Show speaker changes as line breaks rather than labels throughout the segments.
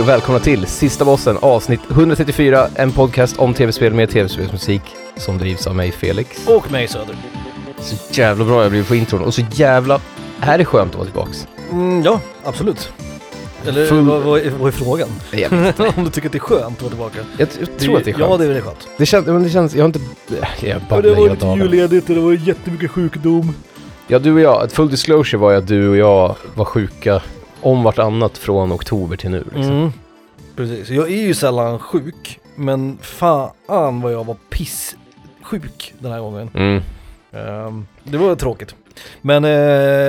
och välkomna till Sista Bossen avsnitt 134, en podcast om tv-spel med tv-spelsmusik som drivs av mig Felix.
Och mig Söder.
Så jävla bra jag blev på intron och så jävla... Här är skönt att vara tillbaks.
Mm, ja, absolut. Eller
Full-
vad, vad, är- vad är frågan?
Det är jävligt-
Om du tycker att det är skönt att vara tillbaka.
Jag, jag tror att det är
Ja,
skönt.
det är väl skönt.
Det känns, men det känns, jag har inte... äh, Jag
Ja,
babblar hela
lite
dagen.
julledigt och det var jättemycket sjukdom.
Ja, du och jag, ett full disclosure var ju att du och jag var sjuka om vartannat från oktober till nu. Liksom.
Mm. Precis, jag är ju sällan sjuk, men fan vad jag var pissjuk den här gången.
Mm.
Ehm, det var tråkigt. Men eh,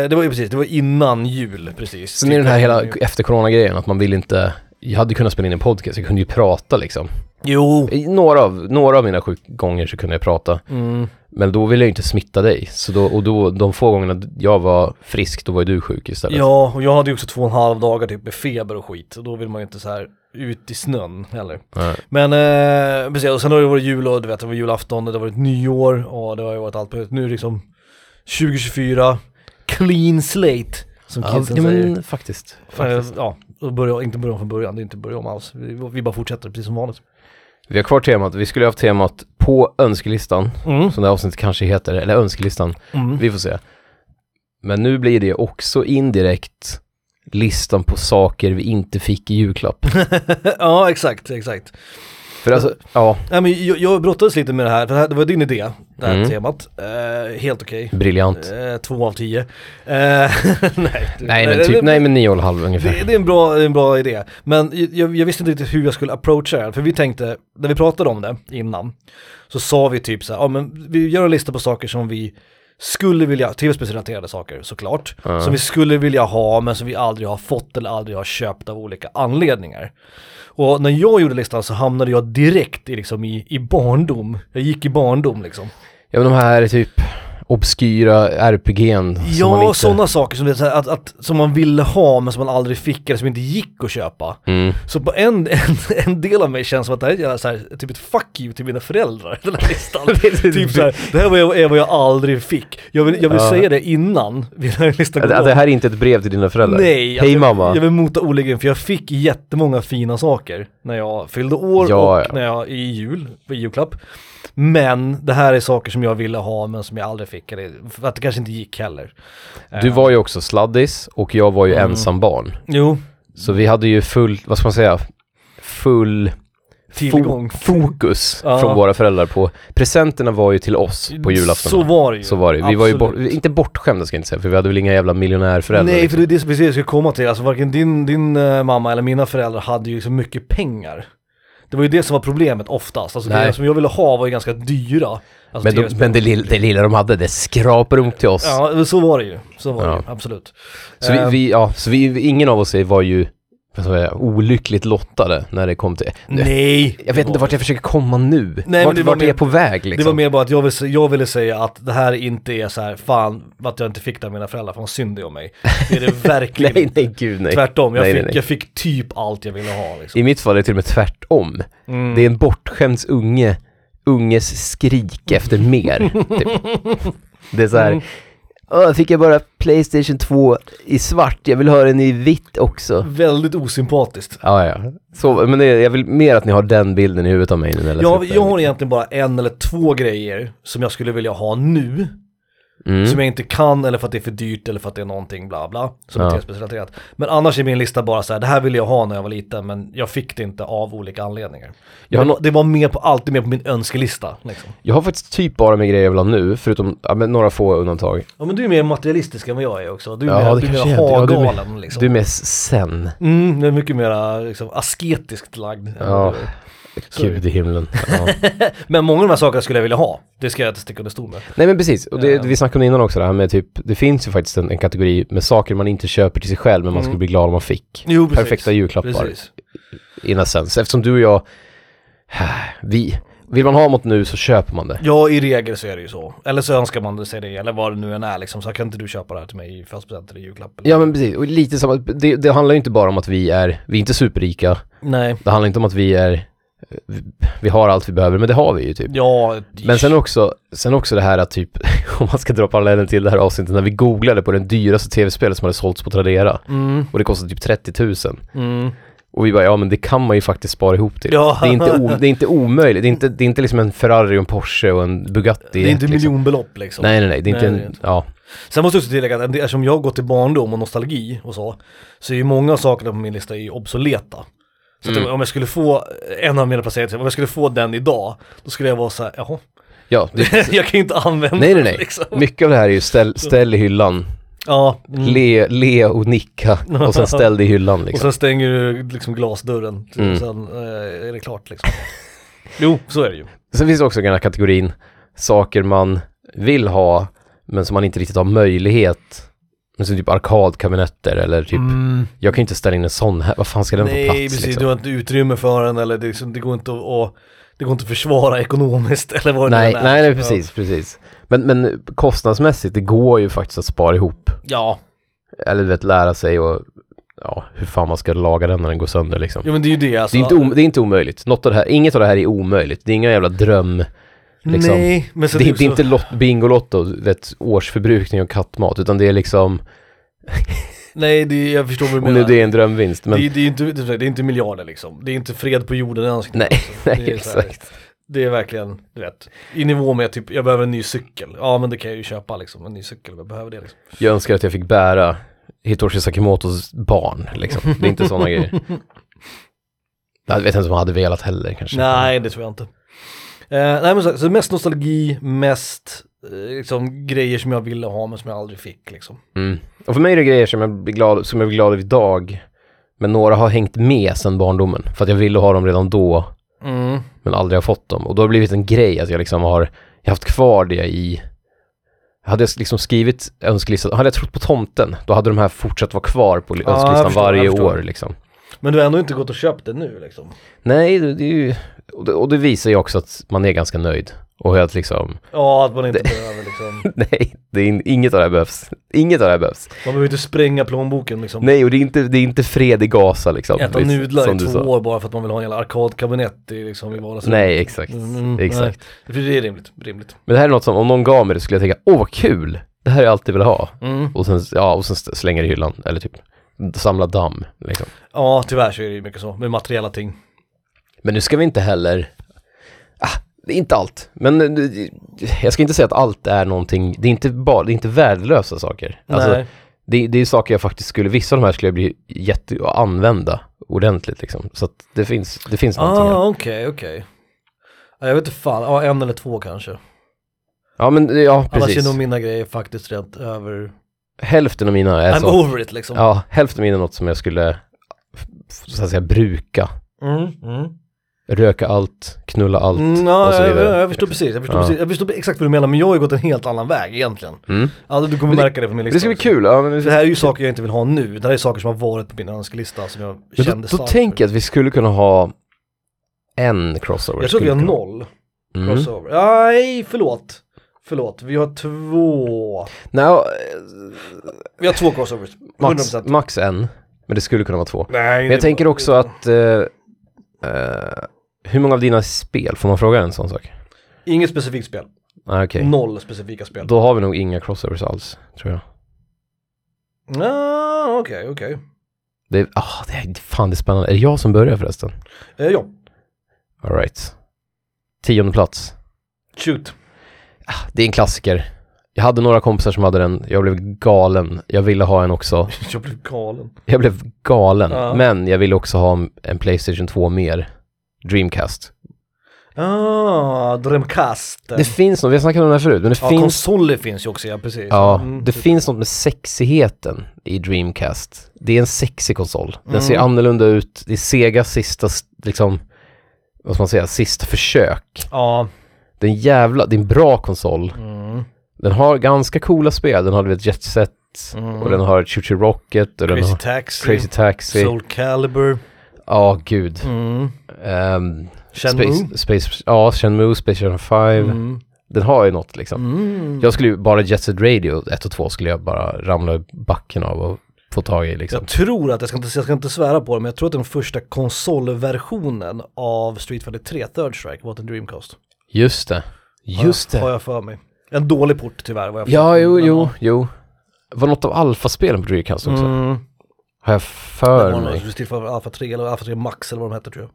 det var ju precis, det var innan jul precis.
Sen är den här hela efter corona-grejen, att man vill inte... Jag hade kunnat spela in en podcast, jag kunde ju prata liksom.
Jo!
I några av, några av mina sjukgånger så kunde jag prata,
Mm.
men då ville jag ju inte smitta dig. Så då, och då, de få gångerna jag var frisk, då var ju du sjuk istället.
Ja, och jag hade ju också två och en halv dagar typ med feber och skit. Och då vill man ju inte så här ut i snön heller.
Nej.
Men eh, precis, och sen har det varit jul och du vet, det var julafton och det har varit nyår och det har ju varit allt på Nu är det liksom 2024, clean slate som
Ja,
kidsen
ja,
säger.
men faktiskt.
Fan,
faktiskt.
Ja, och börja, inte börja om från början, det är inte börja om alls. Vi, vi bara fortsätter precis som vanligt.
Vi har kvar temat, vi skulle ha haft temat på önskelistan,
Mm.
som det här avsnittet kanske heter, eller önskelistan.
Mm.
Vi får se. Men nu blir det också indirekt listan på saker vi inte fick i julklapp.
ja, exakt, exakt.
För alltså, ja,
Nej, men jag, jag brottades lite med det här, för det, här, det var din idé, det här
Mm.
temat. Eh, helt okej.
briljant.
Eh, två av tio. Eh, nej, du-
Nej men typ,
det-
nej men nio och en halv
Det,
ungefär.
det, är en bra, det är en bra idé. Men jag, jag visste inte riktigt hur jag skulle approacha det här. För vi tänkte, när vi pratade om det innan, så sa vi typ så här, ja men vi gör en lista på saker som vi skulle vilja, tv-spelsrelaterade saker såklart,
Ja.
som vi skulle vilja ha men som vi aldrig har fått eller aldrig har köpt av olika anledningar. Och när jag gjorde listan så hamnade jag direkt i, liksom, i, i barndom. Jag gick i barndom liksom.
Ja men de här typ obskyra RPG'n. som man
Ja,
inte-
sådana saker som, det, är så här, att, att, som man ville ha men som man aldrig fick eller som inte gick att köpa.
Mm.
Så på en, en, en del av mig känns som att det här är ett jävla så här, typ ett fuck you till mina föräldrar, den här listan. typ så här, det här var jag, är vad jag aldrig fick. Jag vill, jag vill
Ja.
säga det innan den här listan
Att,
går
att det här är inte ett brev till dina föräldrar?
Nej,
Hej
jag,
mamma.
jag vill mota olägen för jag fick jättemånga fina saker när jag fyllde år
Ja,
och
ja.
när jag, i jul, i julklapp. Men det här är saker som jag ville ha men som jag aldrig fick, eller för att det kanske inte gick heller.
Du
Eh,
var ju också sladdis och jag var ju
Mm.
ensam barn.
Jo,
Så vi hade ju full, vad ska man säga, full
tillgång.
fo- fokus
Ja.
från våra föräldrar på, presenterna var ju till oss på julafton.
Så var det ju.
Så var det. Vi var ju bort,
Absolut.
inte bortskämda ska jag inte säga, för vi hade väl inga jävla miljonärföräldrar.
Nej, för
liksom.
det är det som precis jag skulle komma till. Alltså varken din, din eh, mamma eller mina föräldrar hade ju så mycket pengar. Det var ju det som var problemet oftast. Alltså
Nej.
det som jag ville ha var ju ganska dyra. Alltså
men de,
TV-spel.
men det, lilla, det lilla de hade, det skrapade upp till oss.
Ja, så var det ju. Så var
Ja.
det ju, absolut.
Så, vi,
Eh,
vi, ja, så vi, ingen av oss var ju vad ska man säga, olyckligt lottade när det kom till...
Eh, Nej!
Jag vet inte vart jag försöker komma nu.
men
vart
det var
vart är
mer-
jag på väg liksom?
Det var mer bara att jag ville, sä- jag ville säga att det här inte är så här, fan att jag inte fick det av mina föräldrar, för de synd det om mig. Det är det verkligen
nej,
inte.
nej, gud nej.
Tvärtom, jag,
Nej,
fick,
nej, nej.
jag fick typ allt jag ville ha. Liksom.
I mitt fall är det till och med tvärtom.
Mm.
Det är en bortskämds unge, unges skrik efter mer. typ. Det är så
Mm.
här, "Åh, fick jag bara Playstation 2 i svart, jag vill ha den i vitt
Mm.
också.
Väldigt osympatiskt.
Ja, ja. Så, men det, jag vill mer att ni har den bilden i huvudet av mig nu när jag läser
Jag,
upp
jag
den.
har egentligen bara en eller två grejer som jag skulle vilja ha nu,
Mm.
som jag inte kan eller för att det är för dyrt eller för att det är någonting bla bla, som
Ja.
är tv-spelsrelaterat. Men annars är min lista bara så här, det här ville jag ha när jag var liten men jag fick det inte av olika anledningar.
Jag har
Det var- Det var med på, alltid med på min önskelista. Liksom.
Jag har faktiskt typ bara med grejer jag vill ha nu, förutom ja, men några få undantag.
Ja men du är mer materialistisk än vad jag är också, du är
Ja, det
mer, du är
kanske
mer
jag är. Ja, du är mer-
ha-galen liksom.
Du är med sen.
Mm, du är mycket mer liksom, asketiskt lagd. än
Ja.
vad du är. Sorry.
Gud i himlen. Ja.
Men många av de här sakerna skulle jag vilja ha, det ska jag inte sticka under stol med.
Nej men precis, och det,
Ehm.
vi snackade om det innan också det här med typ, det finns ju faktiskt en, en kategori med saker man inte köper till sig själv men man
Mm.
skulle bli glad om man fick.
Jo, precis.
Perfekta julklappar.
Precis.
In essence. Eftersom du och jag, vi, vill man ha något nu så köper man det.
Ja, i regel så är det ju så. Eller så önskar man sig det, eller vad det nu än är liksom. Så kan inte du köpa det här till mig i födelsedagspresent eller i julklapp? Eller?
Ja men precis, och lite samma, det, det handlar ju inte bara om att vi är, vi är inte superrika,
Nej.
det handlar inte om att vi är, vi, vi har allt vi behöver, men det har vi ju typ.
Ja,
Men sen också, sen också det här att typ, om man ska dra parallellen till det här avsnittet, när vi googlade på den dyraste tv-spelet som hade sålts på Tradera
Mm,
och det kostade typ 30 000.
mm.
Och vi bara, ja men det kan man ju faktiskt spara ihop till.
Ja.
Det, är inte o, det är inte omöjligt, det är inte, det är inte liksom en Ferrari, och en Porsche och en Bugatti.
Det är inte
liksom.
miljonbelopp liksom.
Nej, nej, nej, det är inte
Nej, det är
en,
inte.
ja.
Sen måste jag också tillägga att eftersom jag har gått till barndom och nostalgi och så, så är ju många av sakerna på min lista är ju obsoleta. Så att
Mm.
om jag skulle få en av mina placeringar, om jag skulle få den idag, då skulle jag vara så här, jaha,
ja det,
jag kan ju inte använda
nej, nej,
den,
nej.
liksom.
Mycket av det här är ju ställ, ställ i hyllan,
Ja, mm.
le, le och nicka och sen ställ det i hyllan
och
liksom.
sen stänger du liksom glasdörren, typ,
Mm.
och sen eh, är det klart liksom. jo, så är det ju.
Sen finns det också den här kategorin saker man vill ha men som man inte riktigt har möjlighet. Men som typ arkadkabinetter eller typ,
Mm.
jag kan ju inte ställa in en sån här, vad fan ska den få
Nej,
plats
precis,
liksom?
du har inte utrymme för den eller det, är liksom, det går inte att, att det går inte att försvara ekonomiskt eller vad det
Nej,
nu än är. liksom.
nej, nej, precis, precis. Men, men kostnadsmässigt, det går ju faktiskt att spara ihop.
Ja,
Eller du vet, lära sig och, ja, hur fan man ska laga den när den går sönder liksom.
ja men det är ju det alltså.
Det är, inte om, det är inte omöjligt. Något av det här, inget av det här är omöjligt. Det är inga jävla dröm. liksom.
Nej, men typ
Det,
sen
är-
också-
det är inte lot, Bingolotto, du vet, årsförbrukning av kattmat, utan det är liksom,
Nej, det, jag förstår vad du
om nu
menar.
det är en drömvinst, men
det, det, är inte, det är inte miljarder liksom. Det är inte fred på jorden ens.
Nej,
det
nej,
är så här-
exakt.
Det är verkligen, du vet, i nivå med typ, jag behöver en ny cykel. Ja, men det kan jag ju köpa liksom, en ny cykel, jag behöver det liksom.
Jag önskar att jag fick bära Hitoshi Sakimotos barn, liksom. Det är inte sådana grejer. Jag vet inte om jag hade velat heller kanske.
Nej, det tror jag inte. Eh, nej, men så, så mest nostalgi, mest eh, liksom grejer som jag ville ha men som jag aldrig fick liksom.
Mm. Och för mig är det grejer som jag blir glad, som jag blir glad över idag. Men några har hängt med sedan barndomen. För att jag ville ha dem redan då,
Mm.
men aldrig har fått dem. Och då har det blivit en grej att jag liksom har, jag har haft kvar det i... Hade jag liksom skrivit önskelistan, hade jag trott på tomten, då hade de här fortsatt vara kvar på
jag
önskelistan
förstår,
varje
jag förstår.
år liksom.
Men du har ändå inte gått och köpt det nu liksom.
Nej, det, det är ju, och, det, och det visar ju också att man är ganska nöjd. Och att liksom,
Ja, att man inte behöver liksom,
nej, det är in, inget av det här behövs. Inget av det här behövs.
man behöver inte spränga plånboken liksom.
Nej, och det är inte, det är inte fred i Gaza liksom.
Äta
Visst,
nudlar i
som du
två
sa.
år bara för att man vill ha en jävla arkadkabinett i, liksom, i vardagsrummet.
Nej, exakt.
Mm,
exakt.
Nej. För det är rimligt, rimligt.
Men det här är något som, om någon gav mig det skulle jag tänka, åh vad kul, det här har jag alltid velat ha.
Mm.
Och sen, ja, och sen st- slänger i hyllan, eller typ samla damm. Liksom.
Ja, tyvärr så är det ju mycket så med materiella ting.
Men nu ska vi inte heller, ah, det är inte allt. Men eh, det- jag ska inte säga att allt är någonting, det är inte, bara, det är inte värdelösa saker. Alltså,
Nej.
Det, det är saker jag faktiskt skulle, vissa av de här skulle jag bli jätte, använda ordentligt liksom. Så att det finns, det finns någonting här.
Ah, okej, okej. Ja, jag vet inte fan, ja, en eller två kanske.
Ja men, ja
Annars är
precis.
nog mina grejer faktiskt rent över...
Hälften av mina är
I'm
så,
over it liksom.
ja hälften av mina är något som jag skulle, f- så att säga bruka.
Mm, mm.
Röka allt, knulla allt
Mm, ja,
och så
jag,
vidare.
jag, jag förstår precis, jag förstår,
Ja.
precis, jag förstår exakt vad du menar, men jag har ju gått en helt annan väg egentligen.
Mm.
Alltså, du kommer
Men det-
märka det på min lista.
Det ska bli
också.
kul, ja men, vi-
Det här är ju saker jag inte vill ha nu, det här är saker som har varit på min önskelista som jag
men
kände
då, då
starkt
tänker
för.
jag att vi skulle kunna ha en crossover.
Jag tror att vi
Skulle
har
kunna-
noll
Mm.
crossover. Nej, förlåt. Förlåt, vi har två.
Nej, ja, eh,
Vi har två crossovers. 100%.
max, max en, men det skulle kunna vara två.
Nej,
Men jag tänker också att... eh, eh, hur många av dina spel, får man fråga en sån sak?
Inget specifikt spel.
Nej okej.
Noll specifika spel.
Då har vi nog inga crossovers alls, tror jag.
Ah, Okej, okej.
Det är, ah, det är, fan det är spännande. Är det jag som börjar förresten?
Eh, ja,
Alright. Tionde plats.
shoot.
Ah, Det är en klassiker. Jag hade några kompisar som hade den, jag blev galen. Jag ville ha en också.
Jag blev galen.
Jag blev galen.
Ja.
Men jag ville också ha en- en Playstation 2 mer. Dreamcast.
Ah, Dreamcast.
Det finns något, vi har snackat om det här förut, men det
ja,
finns
konsoler finns ju också, ja precis.
Ja,
Mm,
det
typ.
finns något med sexigheten i Dreamcast. Det är en sexig konsol. Den ser
Mm.
annorlunda ut. Det är Segas sista, s- liksom, vad ska man säga, sista försök.
Ja.
Det är en jävla, det är en bra konsol.
Mm.
Den har ganska coola spel. Den har du vet Jet Set
Mm.
och den har Choo Choo Rocket och den
Crazy
har
Taxi.
Crazy Taxi.
Soul Calibur.
Ja, gud.
Mm.
Ehm,
Shenmue.
Space, Space, ja, Shenmue, Space Station 5.
Mm.
Den har ju något liksom.
Mm.
Jag skulle ju, bara Jet Set Radio 1 och 2 skulle jag bara ramla ur backen av och få tag i liksom.
Jag tror att, jag ska, inte, jag ska inte svära på det, men jag tror att den första konsolversionen av Street Fighter 3 Third Strike var en Dreamcast.
Just det. Just
har jag,
det.
Har jag för mig. En dålig port tyvärr. Vad jag
Ja,
förstår.
jo,
Men,
jo, jo. Var något av alfaspelen på Dreamcast
ja.
också?
Mm.
Har jag
Det
för
var någon
mig.
som tillförde Alfa 3 eller Alfa 3 Max eller vad de hette tror jag.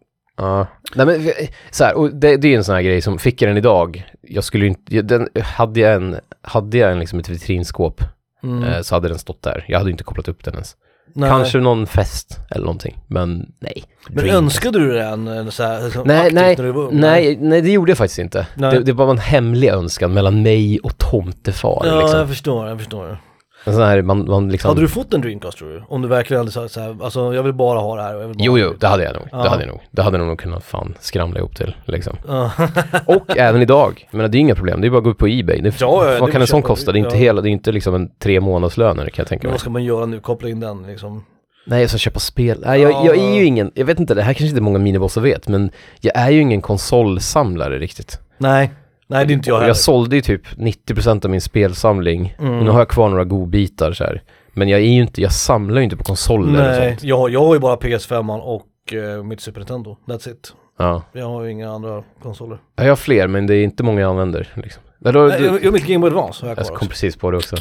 Ja. Nej, men, så här, och det, det är en sån här grej som, fick jag den idag, jag skulle ju inte, jag- den, hade jag en, hade jag en liksom ett vitrinskåp
Mm.
eh, så hade den stått där. Jag hade inte kopplat upp den ens.
Nej.
Kanske någon fest eller någonting, men nej.
Men
Dream.
önskade du den eh, så här, liksom,
Nej,
aktivt
nej,
när du var ung?
nej, nej, det gjorde jag faktiskt inte.
Nej.
Det, det var en hemlig önskan mellan mig och tomtefar.
Ja,
liksom.
jag förstår, jag förstår.
En sån här, man, man liksom...
Hade du fått en Dreamcast tror du? Om du verkligen hade sagt så här, alltså jag vill bara ha det här och jag vill bara
Jo,
ha
jo, det hade jag nog.
Ja.
Det hade jag nog. Det hade jag nog kunnat fan skramla ihop till, liksom.
Ja.
Och även idag. Jag menar, det är inga problem. Det är bara att gå upp på Ebay. Det,
Ja, ja, det
vad
vill
kan en sån
köpa.
kosta? Det är inte
Ja.
hela, det är inte liksom en tre månadslönare kan jag tänka
Men
mig.
vad ska man göra nu? Koppla in den liksom?
Nej, jag ska köpa spel. Nej, jag,
Ja.
jag är ju ingen, jag vet inte, det här kanske inte många minibossar vet, men jag är ju ingen konsolsamlare riktigt.
Nej, nej det är inte jag
Och
heller.
jag sålde ju typ 90% av min spelsamling.
Mm.
Nu har jag kvar några godbitar så här. Men jag är ju inte, jag samlar ju inte på konsoler och
nej,
sånt.
jag, har- jag har ju bara PS5 an och eh, mitt Super Nintendo, that's it.
Ja.
Jag har ju inga andra konsoler.
Jag har fler, men det är inte många jag använder. Liksom. Men då,
Nej,
du, Alltså,
jag, jag har mitt Game Boy Advance har jag
jag kom
kvar också.
precis på det också.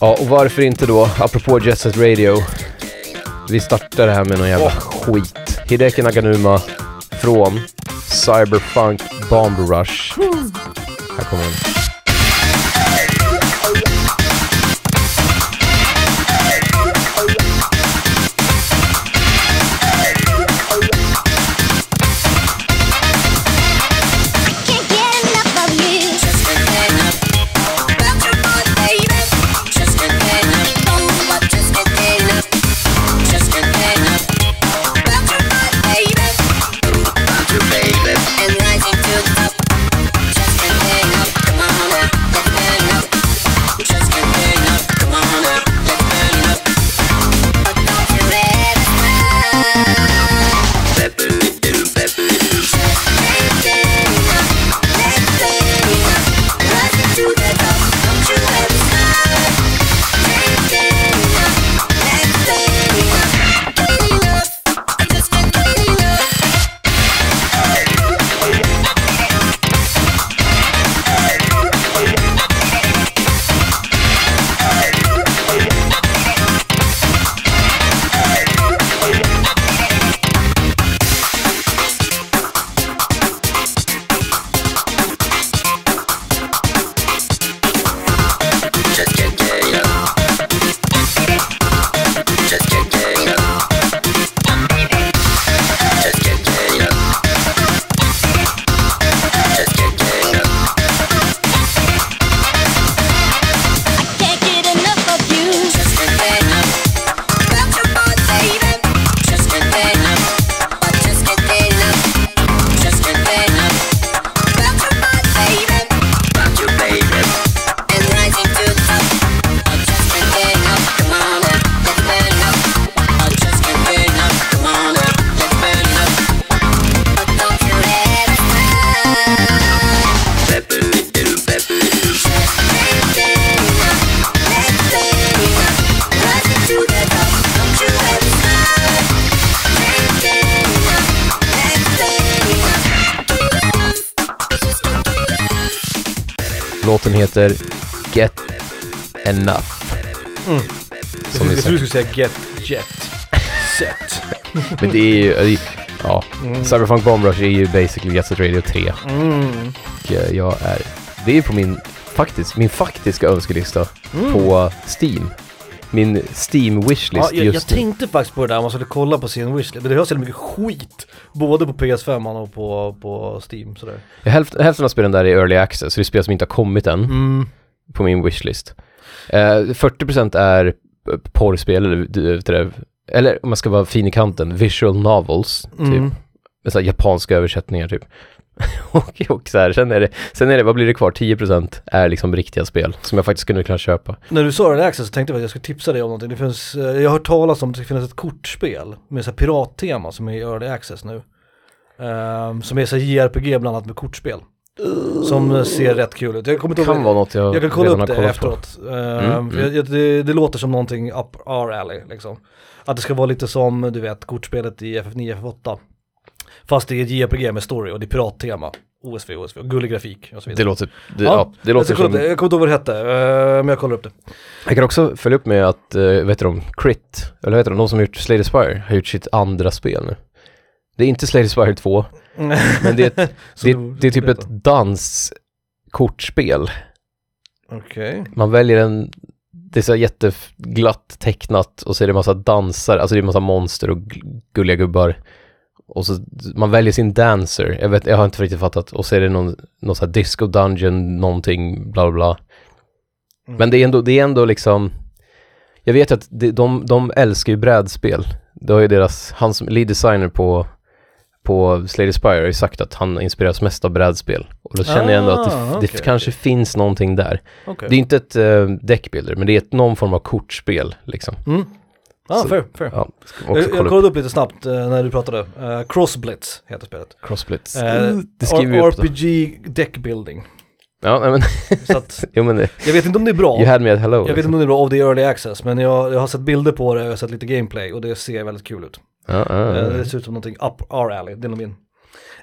Ja, och varför inte då, apropå Jet Set Radio. Vi startar det här med någon jävla skit. Hideki Naganuma från Cyberpunk Bomb Rush. Här kommer den.
Can't get enough of you. Just a head up. About your boy, baby. Just a head up. Oh, I'm just a head up. Just a head up. About your boy, baby. About your baby. And rising to the top. Just a head up. Come on now, let's burn it up. Just a head up. Come on now, let's burn it up. About your baby. Just a head up. Just get gay up. Just get gay up. Just get gay up. Just get gay up. Can't get enough of you. Just a head up. About your boy, baby. Just a head up. But just a head up. Just a head up. About your boy, baby. About your baby. And rising to the top. I'm just a head up. Come on now, let's burn it up. I'm just a head up. Come on now, let's burn it up. But don't you ever stop.
Låten heter Get Enough. Som
Jag
ni
trodde
säkert.
du skulle säga Get Jet Set.
Men det är ju, det är ju- ja, Cyberpunk Bomb Rush är ju basically Jet Set Radio 3.
Mm.
Och eh, jag är, det är på min, faktiskt, min faktiska önskelista på Steam. Min Steam
Mm. Ja,
wishlist
jag, jag
just nu.
tänkte faktiskt på det där, man skulle kolla på sin wishlist, men det hörs jävligt mycket skit både på PS5 an och på, på Steam sådär.
Hälften, hälften av spelen där är early access, så det är spel som inte har kommit än
Mm.
på min wishlist. Eh, 40% är eh, porrspel, eller, du- vet du det, eller om man ska vara fin i kanten, visual novels,
Mm.
typ. Med så här japanska översättningar, typ. och, och så här, sen är, det, sen är det, vad blir det kvar? 10% är liksom riktiga spel som jag faktiskt skulle kunna köpa.
När du sa den access så tänkte jag att jag skulle tipsa dig om någonting. Det finns, eh, jag har hört talas om att det ska finnas ett kortspel med så här pirattema som är i early access nu. Ehm, som är så här JRPG bland annat med kortspel. Som eh, ser rätt kul ut. Jag kommer
Det
inte
kan
ihåg
vara något jag,
jag kan kolla
redan
upp det
har kollat på.
efteråt. Ehm,
Mm,
för jag- jag- det, det låter som någonting up our alley liksom. Att det ska vara lite som, du vet, kortspelet i FF9, FF8. Fast det är ett JRPG med story och det är pirattema. OSV, OSV, och gullig grafik och så
Det
vidare.
låter, det, ja, det
jag,
låter
ska Alltså, kolla
som...
upp det. jag kommer inte ihåg vad det hette, eh, men jag kollar upp det.
Jag kan också följa upp med att, eh, vad heter de, Crit, eller vad heter de, de som har gjort Slay the Spire har gjort sitt andra spel nu. Det är inte Slay the Spire 2, men det är, ett,
Så
det,
du-
det är typ
berätta.
ett danskortspel.
Okej.
Man väljer en, det är så här jätteglatt tecknat och så är det massa dansar, alltså det är massa monster och gu- gulliga gubbar. Och så, man väljer sin dancer, jag, vet, jag har inte riktigt fattat. Och så är det någon, någon så här disco dungeon, någonting, bla bla bla.
Mm.
Men det är ändå, det är ändå liksom, jag vet att de, de, de älskar ju brädspel. Det har ju deras, han som lead designer på, på Slady Spire har ju sagt att han inspireras mest av brädspel. Och då känner jag ändå att det,
Ah,
f-
okej,
det f- kanske finns någonting där.
Okej.
Det är inte ett äh, deckbuilder, men det är ett, någon form av kortspel liksom.
Mm. Ah,
Så-
fair, fair.
Ja, Ska
Jag,
också
Eh, jag
kolla upp
kollade upp lite snabbt eh, när du pratade. Eh, Crossblitz heter spelet.
Crossblitz.
Eh,
det skriver vi upp då.
RPG deck building.
Ja, nej, men,
Så att,
jo men det-
jag vet inte om det är bra.
you had me at hello.
Jag vet
liksom.
inte om det är bra av det är early access, men jag, jag har sett bilder på det och jag har sett lite gameplay och det ser väldigt kul ut.
Ja, ah. ja,
Eh,
ja.
Det ser ut som någonting up our alley, det är nog min.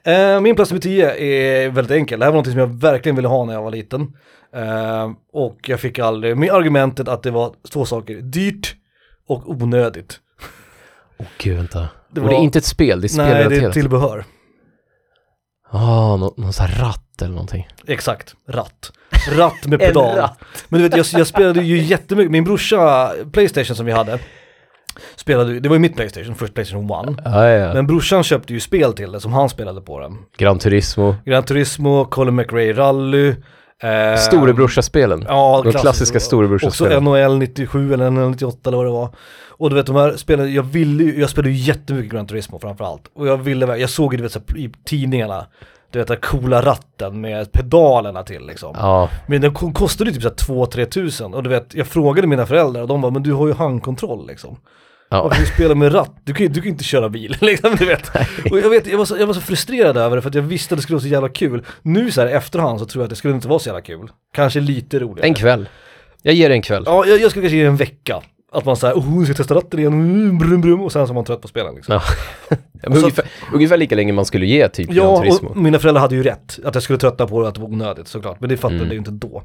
Eh, Min plats nummer 10 är väldigt enkel, det här var någonting som jag verkligen ville ha när jag var liten. Eh, Och jag fick aldrig, med argumentet att det var två saker, dyrt och onödigt.
Åh, gud vänta.
Det
Och det
var-
är inte ett spel, det är
Nej, det är
spelrelaterat.
tillbehör.
Ah, nå- någon sån här ratt eller någonting.
Exakt, ratt. Ratt med pedal. Men du vet, jag, jag spelade ju jättemycket, min brorsa, Playstation som vi hade, spelade, ju- det var ju mitt Playstation, först Playstation 1.
Ja, Ah, ja.
Men brorsan köpte ju spel till det som han spelade på den.
Gran Turismo.
Gran Turismo, Colin McRae Rally. Eh,
Storebrorsspelen.
Ja,
De klassiska
Också
storebrorsspelen.
NHL 97 eller NHL 98 eller vad det var. Och du vet de här spelen, jag ville ju, jag spelade ju jättemycket Gran Turismo framförallt. Och jag ville, ver- jag såg ju du vet så här, i tidningarna, du vet den coola ratten med pedalerna till liksom.
Ja,
Men den ko- kostade ju typ såhär 2-3 tusen och du vet, jag frågade mina föräldrar och de bara, men du har ju handkontroll liksom.
ja.
Varför du spelar med ratt? Du kan ju du kan ju inte köra bil liksom, du vet. Och jag, vet jag, var så, jag var så frustrerad över det för att jag visste att det skulle vara så jävla kul. Nu så här i efterhand så tror jag att det skulle inte vara så jävla kul. Kanske lite roligare.
En kväll. Jag ger det en kväll.
Ja, jag, jag skulle kanske ge det en vecka. Att man såhär, oh, ska jag testa ratten igen, mm, brum, brum, och sen så är man trött på spelen liksom.
Ja. Men
så-
ungefär, ungefär lika länge man skulle ge typ Gran
Ja,
Turismo.
och mina föräldrar hade ju rätt. Att jag skulle tröttna på det och att det var onödigt såklart. Men det fattade
Mm.
jag ju inte då.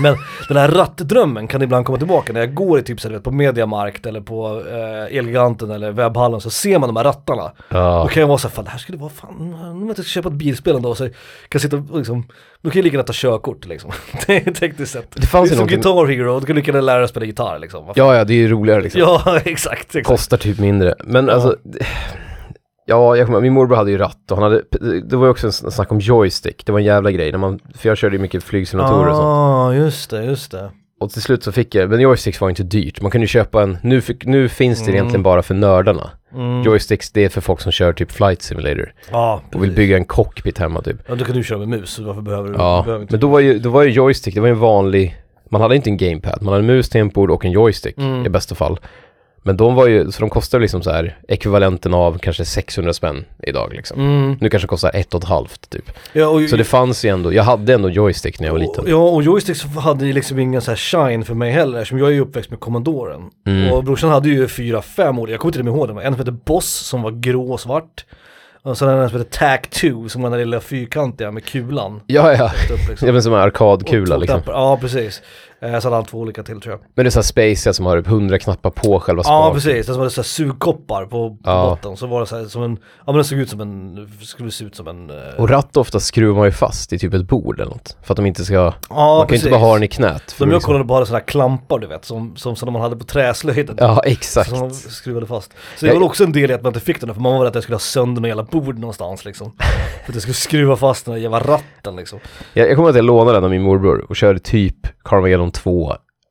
Men den här rattdrömmen kan ibland komma tillbaka när jag går i typ så här, du vet, på Mediamarkt eller på eh, Elgiganten eller webbhallen så ser man de här rattarna. Då
Ja.
kan jag vara så här, fan det här skulle vara fan, om jag ska köpa ett bilspel en dag så kan jag sitta och liksom, då kan jag lika gärna ta körkort liksom. Det är tekniskt sett.
Det fanns
det är
ju
som
någonting.
Guitar Hero, du kan lika gärna lära dig att spela gitarr liksom. Vad fan?
Ja, ja, det är ju roligare liksom.
ja exakt. exakt.
Kostar typ mindre. Men alltså, ja, jag kommer, ihåg, min morbror hade ju ratt och han hade, det var ju också en sn- snack om joystick. Det var en jävla grej, när man, för jag körde ju mycket flygsimulatorer och sånt.
ah, just det, just det.
Och till slut så fick jag, men joysticks var ju inte dyrt. Man kunde ju köpa en, nu, fick, nu finns det
Mm.
egentligen bara för nördarna.
Mm.
Joysticks, det är för folk som kör typ flight simulator
Ja,
och vill
precis.
bygga en cockpit hemma typ.
Ja, då kan du köra med mus, så varför behöver du? du
Ja,
behöver inte.
men då var ju, då var ju joystick, det var ju en vanlig, man hade inte en gamepad, man hade en mus, tangentbord och en joystick
Mm.
i bästa fall. Men de var ju, så de kostade liksom så här ekvivalenten av kanske 600 spänn idag liksom.
Mm.
Nu kanske det kostar ett och ett halvt typ.
Ja, och,
Så det fanns ju ändå, jag hade ändå joystick när jag var liten.
Ja, och joysticks hade ju liksom ingen så här shine för mig heller, eftersom jag är ju uppväxt med kommandoren.
Mm.
Och brorsan hade ju fyra, fem år, jag kommer till och med ihåg dem. En som hette Boss som var grå och svart. Och sen en som hette Tac 2 som var den där lilla fyrkantiga med kulan.
Ja, ja.
Upp, liksom.
Jag vet som en
Och
arkadkula
två
liksom.
knappar. Ja, precis. Eh, så hade han två olika till tror jag.
Men det är så här spaciga som har typ hundra knappar på själva
Ja,
spaken.
precis. Den som hade så här sugkoppar på, på
Ja.
botten. Så var det så här som en, ja men den såg ut som en, skulle se ut som en... eh,
Och ratt ofta skruvar man ju fast i typ ett bord eller något. För att de inte ska, man
ja,
kan ju inte bara ha den i knät. för
Som jag
liksom-
kollade på hade sådana här klampar du vet, som, som, som man hade på träslöjden.
Ja, exakt.
Som de skruvade fast. Så det
Jag-
var också en del i att man inte fick den där, för man var rädd att jag skulle ha sönder någon jävla bord någonstans liksom. För att jag skulle skruva fast den där jävla ratten liksom.
Jag, jag kommer ihåg att jag lånade den av min morbror och körde typ Carmageddon 2.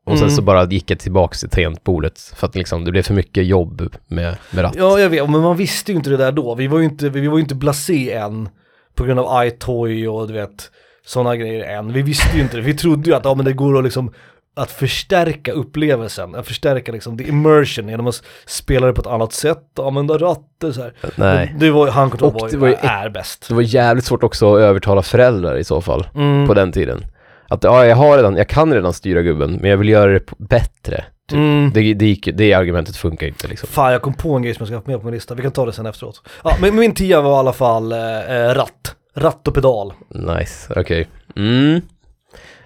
Och sen
Mm.
så bara gick jag tillbaka till tangentbordet för att liksom, det blev för mycket jobb med, med ratt.
Ja, jag vet, men man visste ju inte det där då. Vi var ju inte, vi var ju inte blasé än på grund av iToy och du vet, sådana grejer än. Vi visste ju inte det, vi trodde ju att ja, men det går att liksom att förstärka upplevelsen, att förstärka liksom the immersion genom att spela det på ett annat sätt, använda ratten så här.
Nej.
Men Det var, handkontroll
Och
var,
det var
ju,
ju
är bäst.
Det var jävligt svårt också att övertala föräldrar i så fall,
Mm.
på den tiden. Att ja, jag, har redan, jag kan redan styra gubben, men jag vill göra det p- bättre. Typ.
Mm.
Det, det, gick, det argumentet funkar inte liksom.
Fan, jag kom på en grej som jag ska ha med på min lista. Vi kan ta det sen efteråt. Ja, men min tia var i alla fall eh, eh, ratt. Ratt och pedal.
Nice, okej. Mm.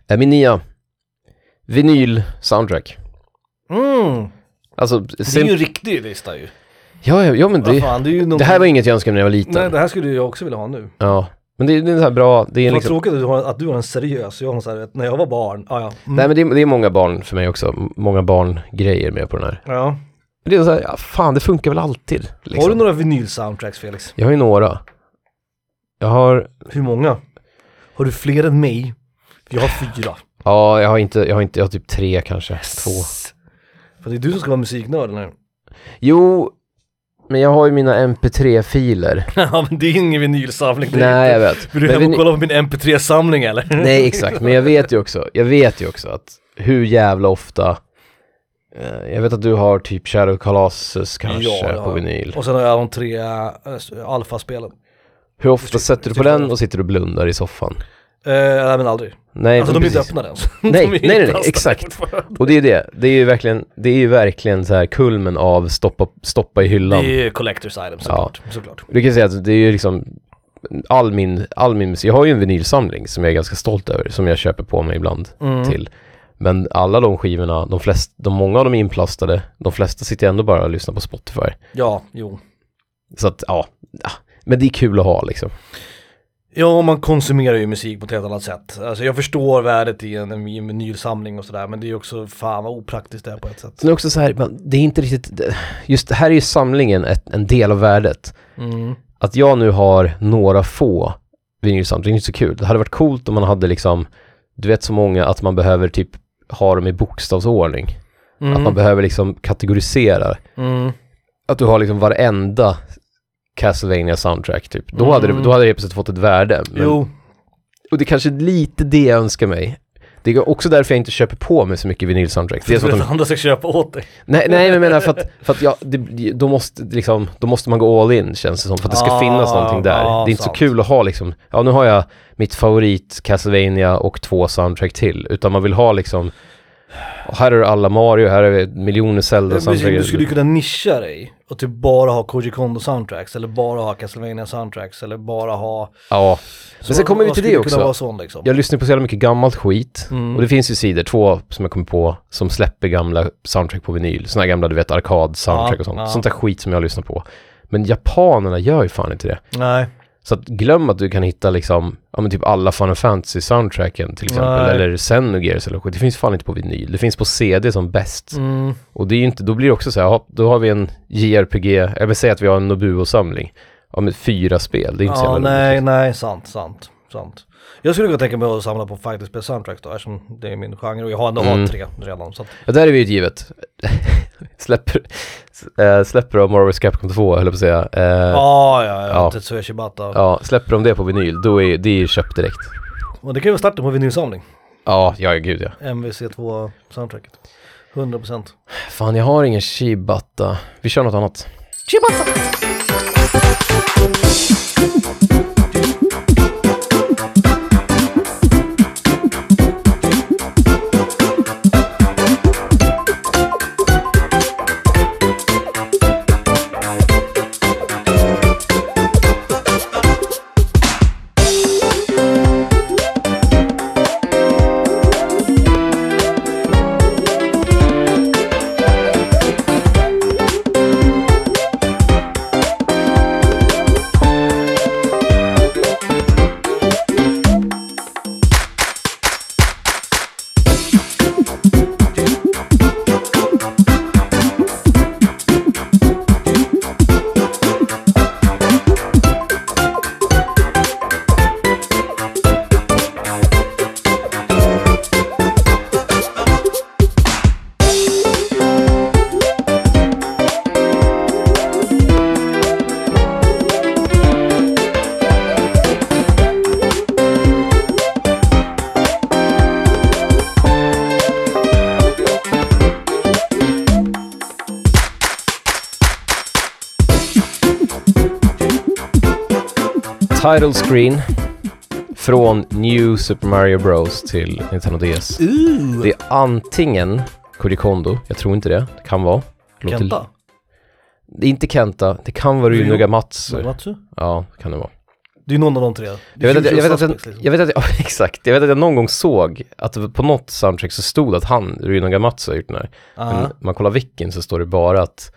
Är min nya. Vinyl soundtrack.
Mm.
Alltså,
Det är ju
sim-
en riktig lista ju.
ja, ja, ja, men
Vad
det,
fan, det, är ju någon...
det här var inget jag önskade när jag var liten.
Nej, det här skulle jag också vilja ha nu.
Ja, men det, det är så här bra, det är
Vad
liksom,
tråkigt att du, har, att du har en seriös, jag har en så här, vet, när jag var barn, ah, ja. Mm.
nej men det är, det är många barn för mig också, M- många barngrejer med på den här.
ja.
Men Det är så här, ja, fan det funkar väl alltid. Liksom.
Har du några vinyl-soundtracks Felix?
Jag har ju några. Jag har,
Hur många? Har du fler än mig? För Jag har fyra.
ja jag har inte, jag har inte, jag har typ tre kanske, två.
För det är du som ska vara musiknörden här.
Jo, men jag har ju mina mp3-filer.
ja, men det är ingen vinylsamling. direkt.
Nej, jag vet.
Vill du
Men
hem och
vin-
kolla på min mp3-samling eller?
Nej, exakt. Men jag vet ju också, jag vet ju också att hur jävla ofta eh, jag vet att du har typ Shadow Colossus kanske
Ja, det har
på
jag.
vinyl.
Och sen har jag de tre äh, alfaspelen.
Hur ofta sätter du på
tycker jag.
den och sitter och blundar i soffan?
Eh, nej men aldrig.
Nej,
alltså
men
de är inte
precis.
öppnade ens.
Nej,
de
nej,
är
nej, nej,
inplastade
exakt.
fortfarande.
Och det är det, det är ju verkligen, det är ju verkligen så här kulmen av stoppa, stoppa i
Det
hyllan.
är ju collector's items såklart. såklart.
Du kan säga att det är ju liksom all min, all min musik, jag har ju en vinylsamling som jag är ganska stolt över, som jag köper på mig ibland
Mm.
till. Men alla de skivorna, de flest, de, många av dem är inplastade, de flesta sitter jag ändå bara och lyssnar på Spotify.
Ja, jo.
Så att, ja, ja. men det är kul att ha liksom.
Ja, man konsumerar ju musik på ett helt annat sätt. Alltså jag förstår värdet i en, i en vinylsamling och sådär, men det är ju också fan vad opraktiskt det är på ett sätt.
Sen är det också så här, man- det är inte riktigt, det- just här är ju samlingen ett, en del av värdet.
Mm.
Att jag nu har några få vinylsamlingar, det är inte så kul. Det hade varit coolt om man hade liksom, du vet så många att man behöver typ ha dem i bokstavsordning. Att man behöver liksom kategorisera.
Mm.
Att du har liksom varenda Castlevania soundtrack typ. Då hade, det,
Mm.
då hade det helt plötsligt fått ett värde. Men,
Jo,
Och det är kanske lite det jag önskar mig. Det är också därför jag inte köper på mig så mycket vinylsoundtrack.
för
Dels
att
för att de,
andra ska köpa åt dig.
nej, nej, men jag menar för att, för att jag, det, då, måste, liksom, då måste man gå all in känns det som. För att det ska
Ah,
finnas någonting där.
ah,
det är inte
sant.
så kul att ha liksom, ja nu har jag mitt favorit Castlevania och två soundtrack till. Utan man vill ha liksom, här är alla Mario, här är miljoner
Men
Zelda-soundtrack.
Du skulle ju kunna nischa dig och typ bara ha Koji Kondo soundtracks eller bara ha Castlevania soundtracks eller bara ha...
Ja, Men sen kommer vi
vad
till
skulle
det också.
Kunna vara sån, liksom.
jag lyssnar på så jävla mycket gammalt skit.
Mm.
Och det finns ju sidor, två som jag kommer på, som släpper gamla soundtrack på vinyl. Såna här gamla, du vet, arkad-soundtrack
Ja,
och sånt.
ja.
Sånt där skit som jag lyssnar på. Men japanerna gör ju fan inte det.
Nej.
Så att glöm att du kan hitta liksom, ja men typ alla Final Fantasy-soundtracken till exempel.
Nej.
Eller Xenogears eller skit. Det finns fan inte på vinyl. Det finns på CD som bäst.
Mm.
Och det är ju inte, då blir det också så här, ja, då har vi en JRPG, jag vill säga att vi har en Nobuo-samling. Ja men fyra spel, det är inte så
Ja,
jävla
nej,
roligt.
nej, sant, sant, sant. Jag skulle kunna tänka mig att samla på fighterspel soundtrack då, eftersom det är min genre och jag har ändå
Mm.
har tre redan. Så att,
Ja, där är vi ju ett givet. släpper, äh, släpper de Marvel's Capcom 2, höll jag på att säga. Eh,
ja, ja, ja,
ja.
Tetsuya Shibata.
Ja, släpper de det på vinyl, då är det är ju köpt direkt.
Och det kan ju vara starten på vinylsamling,
Ja, ja gud ja.
MVC2 soundtracket. 100%.
Fan, jag har ingen Shibata. Vi kör något annat. Title Screen. Från New Super Mario Bros till Nintendo DS. Det är antingen Koji Kondo, jag tror inte det, det kan vara. Låter-
Kenta?
Det är inte Kenta, det kan vara Ryu
Jo.
Nugamatsu.
Matsu?
Ja, kan det vara.
Det är ju någon av de tre. Det
Jag
är
vet, att, jag, vet att jag,
Usual Suspects, liksom.
jag vet att jag, ja, exakt, jag vet att jag någon gång såg att det på något soundtrack så stod att han, Ryno Gamatsu, har gjort den här. Men
Ja.
när man kollar vilken så står det bara att,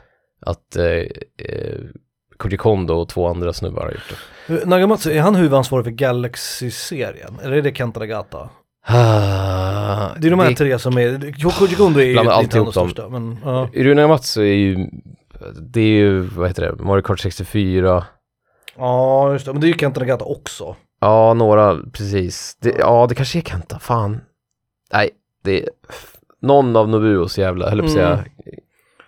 att eh, eh, Koji Kondo och två andra snubbar har gjort det.
Nagamatsu, är han huvudansvarig för Galaxy-serien? Eller är det Kenta Nagata?
Ah,
Det är de här tre som är, Koji Kondo är ju
Blandar alltihop
Nintendos
dem.
största, men ja.
Runo Gamatsu är ju, det är ju, vad heter det, Mario Kart 64,
ja, just det. Men det är ju Kenta Nagata också.
ja några, precis. Det, ja, det kanske är Kenta, fan. Nej, det är någon av Nobuos jävla, höll jag på att säga,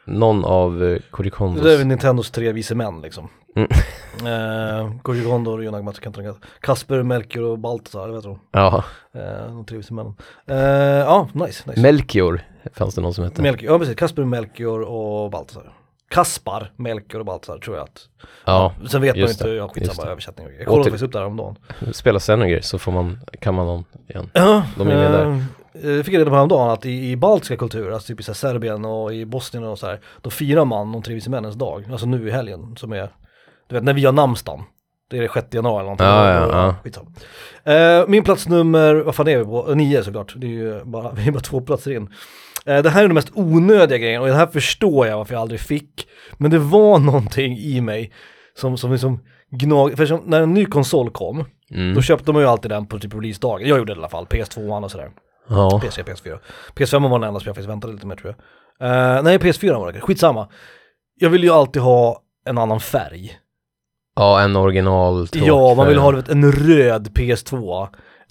Mm.
någon av eh, Koji
Det
Kondos.
där är väl Nintendos tre vise män liksom.
Mm.
Eh, Koji Kondo, Ryun Nagamatsu, Kenta Nagata. Kasper, Melchior och Baltasar, det vet du.
Ja,
Eh, de tre vise männen. Eh, ja, nice, nice.
Melchior fanns det någon som hette.
Melchior, ja precis, Kasper, Melchior och Baltasar. Kaspar, Melchior och Baltasar tror jag att.
ja,
Sen vet man ju
Just
inte,
det,
ja
just
skitsamma
det.
översättning. Jag kollade
Åter-
faktiskt upp det här om dagen.
spela Senuger så får man, kan man någon igen.
Ja,
De är med där.
eh, Jag fick reda på häromdagen att i, i baltiska kulturer, alltså typ i så här Serbien och i Bosnien och så här, då firar man de tre vise männens dag, alltså nu i helgen som är, du vet när vi har namnsdagen, det är det 6 januari eller någonting.
Ja, ja, ja.
Skitsamma. Eh, min plats nummer, vad fan är vi på? Eh, Nio såklart, det är ju bara, vi är bara två platser in. Eh, det här är den mest onödiga grejen och det här förstår jag varför jag aldrig fick, men det var någonting i mig som, som liksom gnag, för som, när en ny konsol kom,
Mm.
då köpte man ju alltid den på typ releasedagen. Jag gjorde det i alla fall, PS2 och sådär.
Ja,
PC, PS4. PS5 var den enda som jag faktiskt väntade lite med tror jag. Eh, nej, PS4 var det Skitsamma. Jag ville ju alltid ha en annan färg.
ja en original
ja, man ville ha du vet, en röd PS2.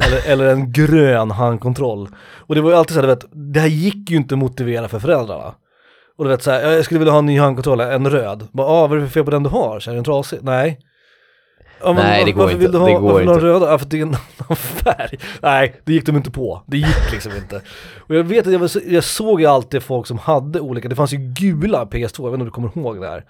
Eller, eller en grön handkontroll. Och det var ju alltid så här, du vet, det här gick ju inte att motivera för föräldrarna. Och du vet så här, jag skulle vilja ha en ny handkontroll, en röd. Bara, ah, vad är det för fel på den du har? Så här, är den trasig? Nej. Ja, men
Nej, det
varför
går
vill
inte.
Du ha,
Det går
varför vill du ha
inte.
röda? Ja, för det är en annan färg. Nej, det gick de inte på. Det gick liksom inte. Och jag vet att jag, var, så- jag såg ju alltid folk som hade olika, det fanns ju gula PS2, jag vet inte om du kommer ihåg det här.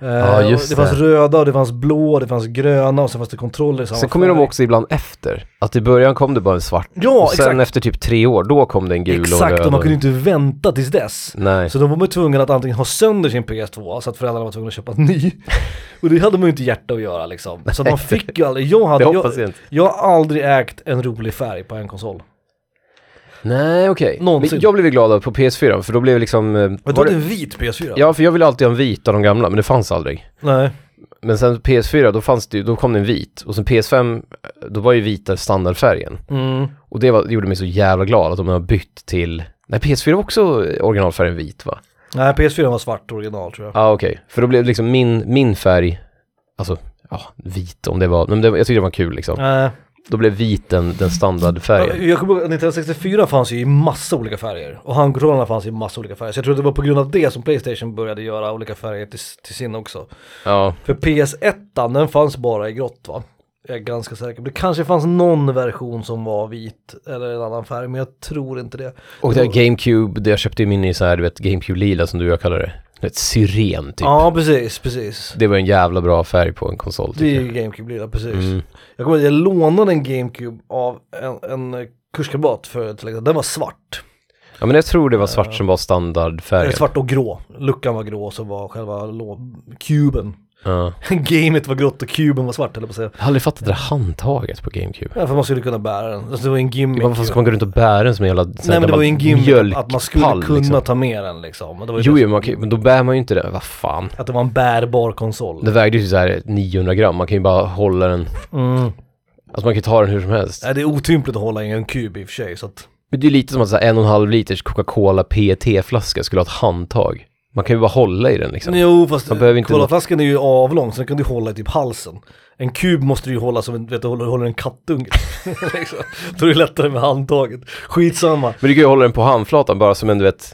Eh,
Ja,
och
just
det fanns
det.
röda, och det fanns blå, det fanns gröna och sen fanns det kontroller i samma
Sen kommer de
färg.
också ibland efter. Att i början kom det bara en svart.
Ja,
och sen
exakt.
efter typ tre år, då kom det en gul och en
Exakt,
röd.
och man kunde inte vänta tills dess.
Nej.
Så då var man tvungen att antingen ha sönder sin PS2 så att föräldrarna var tvungna att köpa en ny. Och det hade man ju inte hjärta att göra liksom. Så att man fick ju aldrig, jag, hade,
Det hoppas jag
jag,
inte.
jag har aldrig ägt en rolig färg på en konsol.
Nej, okej.
Någonsin.
Men Jag blev ju glad på PS4, för då blev det liksom... eh,
Men du
Var
hade
det,
en vit PS4?
ja, för jag ville alltid ha en vit av de gamla, men det fanns aldrig.
Nej.
Men sen PS4, då fanns det ju, då kom det en vit. Och sen PS5, eh, då var ju vita standardfärgen.
Mm.
Och det, var, det gjorde mig så jävla glad att de har bytt till... Nej, PS4 var också eh, originalfärgen vit, va?
Nej, PS4 var svart original tror jag.
Ja, okej. För då blev liksom min, min färg, alltså, ja, vit om det var, men det, var- jag tyckte det var kul liksom.
Nej.
Då blev vit den, den
Jag,
standardfärgen.
jag kommer ihåg att 1964 fanns ju i massa olika färger och handkontrollerna fanns i massa olika färger. Så jag tror att det var på grund av det som Playstation började göra olika färger till, till sin också.
Ja,
För PS1 den fanns bara i grått va? Jag är ganska säker på. Det kanske fanns någon version som var vit eller en annan färg men jag tror inte det.
och det här GameCube, det jag köpte ju min i så här, du vet, GameCube lila som du och jag kallar det. Ett syren typ.
Ja precis, precis.
Det var en jävla bra färg på en konsol
Det är
tycker
ju GameCube lilla, precis.
jag. Mm.
Jag kommer ihåg att jag lånade en GameCube av en, en eh, kurskamrat för ett tag sedan. Den var svart.
Ja, men jag tror det var svart som var standardfärgen.
Eller svart och grå. Luckan var grå så var själva lå- kuben.
Ja.
Gamet var grått och kuben var svart eller på att säga.
Jag har aldrig fattat det där handtaget på GameCube.
Ja, för man skulle kunna bära den. Alltså, det var ju en gimmick.
Varför ska man gå runt och bära den som en typ, jävla så här
Nej men det
gammal
var ju en gimmick att man skulle
mjölkpall,
kunna
Liksom.
ta med den liksom. Och Det var ju
Jo,
det
jo,
som-
man, kan ju- men då bär man ju inte det. Vad fan.
Att det var en bärbar konsol.
Det vägde ju så här 900 gram, man kan ju bara hålla den, alltså
Mm.
man kan ju ta den hur som helst.
Nej, det är otympligt att hålla i en kub i och för sig. Så att,
Men det är ju lite som att så här, en och en halv liters Coca-Cola PET-flaska skulle ha ett handtag. Man kan ju bara hålla i den liksom.
jo, fast
Man behöver inte-
kolaflaskan är ju avlång så den kan du hålla i typ halsen. En kub måste du ju hålla som en, vet du, håller, håller en kattunge. liksom. Då är det lättare med handtaget. Skitsamma.
Men du kan ju hålla den på handflatan bara som en, du vet,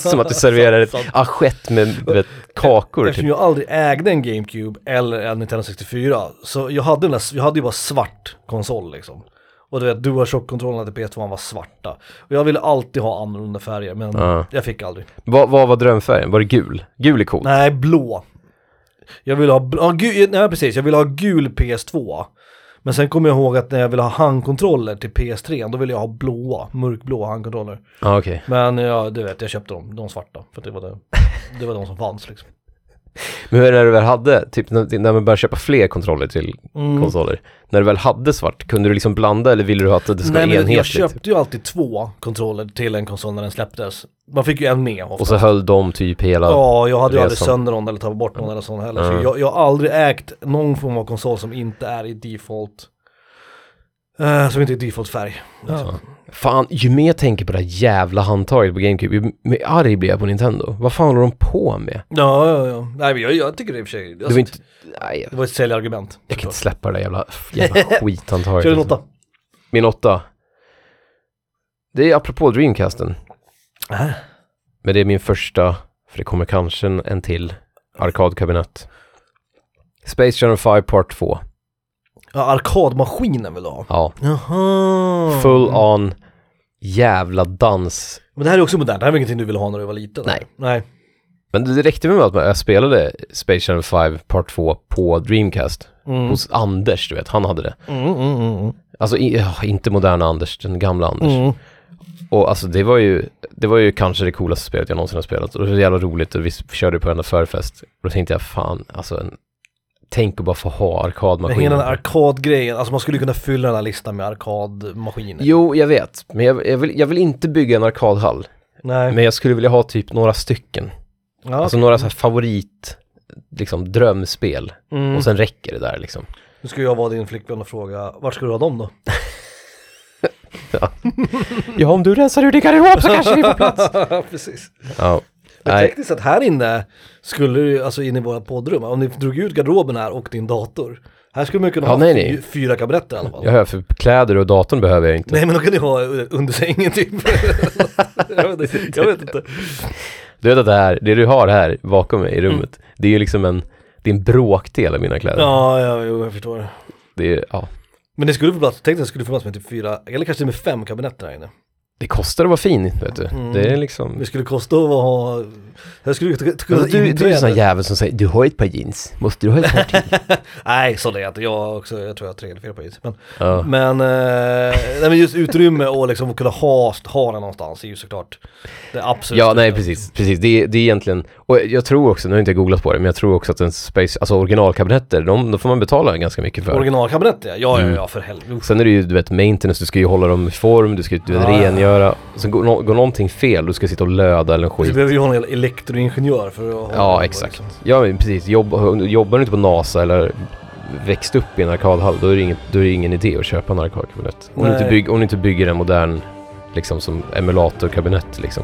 som att du serverar ett
Sant, sant.
assiett med, du vet, kakor
Eftersom
typ.
jag aldrig ägde en GameCube eller en Nintendo 64 så jag hade, den där, jag hade ju bara svart konsol liksom. Och du vet, DualShock-kontrollerna till PS2 var svarta. Och jag ville alltid ha annorlunda färger men
Ja.
jag fick aldrig.
Vad, vad var drömfärgen? Var det gul? Gul är cool.
Nej, blå. Jag ville ha, bl- ja, gul, nej precis, jag ville ha gul PS2. Men sen kommer jag ihåg att när jag ville ha handkontroller till PS3, då ville jag ha blåa, mörkblåa handkontroller.
Ja, Ah, okej.
Men ja, du vet, jag köpte dem, de svarta, för det var, det, det var de som fanns liksom.
Men hur är det när du väl hade, typ när, när man började köpa fler kontroller till
Mm.
konsoler, när du väl hade svart, kunde du liksom blanda eller ville du att det skulle
Nej,
vara
men jag
enhetligt?
köpte ju alltid två kontroller till en konsol när den släpptes. Man fick ju en med ofta.
Och så höll de typ hela...
Ja, jag hade ju aldrig
resan.
sönder någon eller tagit bort någon eller sånt heller.
Mm.
Så jag, jag har aldrig ägt någon form av konsol som inte är i default. eh, som inte är default färg.
Ja. Fan, ju mer jag tänker på det här jävla handtaget på GameCube, ju mer arg blir jag på Nintendo. Vad fan håller de på med?
Ja, ja, ja. Nej, men jag, jag tycker det i och för sig.
Det
Alltså,
var inte... Nej, jag,
det var ett säljargument.
jag kan inte släppa det där jävla, jävla skithandtaget. liksom.
Kör en åtta.
Min åtta. Det är apropå Dreamcasten.
Äh.
Men det är min första, för det kommer kanske en, en till, arkadkabinett. Space Channel 5 Part 2.
Ja, arkadmaskinen vill du ha.
Ja.
Jaha.
Full on jävla dans.
Men det här är också modernt. Det här var ingenting du ville ha när du var liten.
Nej.
Nej.
Men det räckte med att jag spelade Space Channel 5 Part 2 på Dreamcast.
Mm.
Hos Anders, du vet, han hade det.
Mm, mm, mm,
Alltså i, ja, inte moderna Anders, den gamla Anders.
mm.
Och alltså det var ju, det var ju kanske det coolaste spelet jag någonsin har spelat. Och det var jävla roligt och vi s- körde på varenda förfest. Och då tänkte jag, fan, alltså en, tänk att bara få ha
Men hela
arkadmaskinen.
den här arkadgrejen, alltså man skulle kunna fylla den här listan med arkadmaskiner.
Jo, jag vet, men jag, jag, vill, jag vill inte bygga en arkadhall.
Nej.
Men jag skulle vilja ha typ några stycken.
ja.
Alltså några så här favorit, liksom drömspel.
mm.
Och sen räcker det där liksom.
Nu ska jag vara din flickvän och fråga, vart ska du ha dem då?
Ja, om du rensar ur din garderob så kanske vi får plats.
Precis.
Ja.
Men
Nej,
tekniskt sett här inne skulle du, alltså in i våra poddrum, om ni drog ut garderoben här och din dator. Här skulle man kunna
Ja,
ha
nej, nej.
fy- fyra kabaretter i alla fall.
jag hör för kläder och datorn behöver jag inte.
Nej men då kan ni ha under sängen typ. jag, vet, inte- jag vet inte.
Du vet att det här, det du har här bakom mig i rummet, det är ju liksom en, det är en bråkdel av mina kläder.
Ja, ja, jo, jag förstår.
Det, är, ja.
Men det skulle få plats, tekniskt skulle det få plats med typ fyra, eller kanske med fem kabinetter här inne.
det kostar att vara fin, vet du.
Mm.
Det är liksom...
Det skulle kosta att ha, jag skulle kunna
Alltså, du, du är en sån här
inreda-
jävel som säger, du har ju ett par jeans, måste du ha ett par till?
Nej, så det är jag inte. Jag också, jag tror jag har tre eller fyra på is. Men
ja.
Men, eh, nej, men just utrymme och liksom att kunna ha, ha den någonstans är ju såklart det absolut
ja,
största.
nej precis, precis. Det, är- det är egentligen, och jag tror också, nu har inte jag googlat på det, men jag tror också att en space, alltså originalkabinetter, de, de får man betala ganska mycket för. Mm.
Originalkabinett ja, ja, ja, ja för helvete.
Sen är det ju, du vet, maintenance, du ska ju hålla dem i form, du ska ju du vet,
Ja, ja.
rengöra. Sen går, nå- går någonting fel, du ska sitta och löda eller
Du
skit.
behöver ju ha en hel elektroingenjör för att ha det
Ja,
på,
exakt.
liksom.
Ja, men precis. Jobb, jobbar du inte på NASA eller växt upp i en arkadhall, då är det ingen, då är det ingen idé att köpa en arkadkabinett. Om, du inte
Nej.
bygg, om du inte bygger en modern liksom som emulatorkabinett liksom,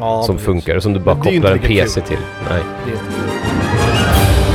Ja,
som
precis.
funkar, som du bara
Men det är ju
kopplar en
inte lika
PC till. Nej.
Det är inte kul.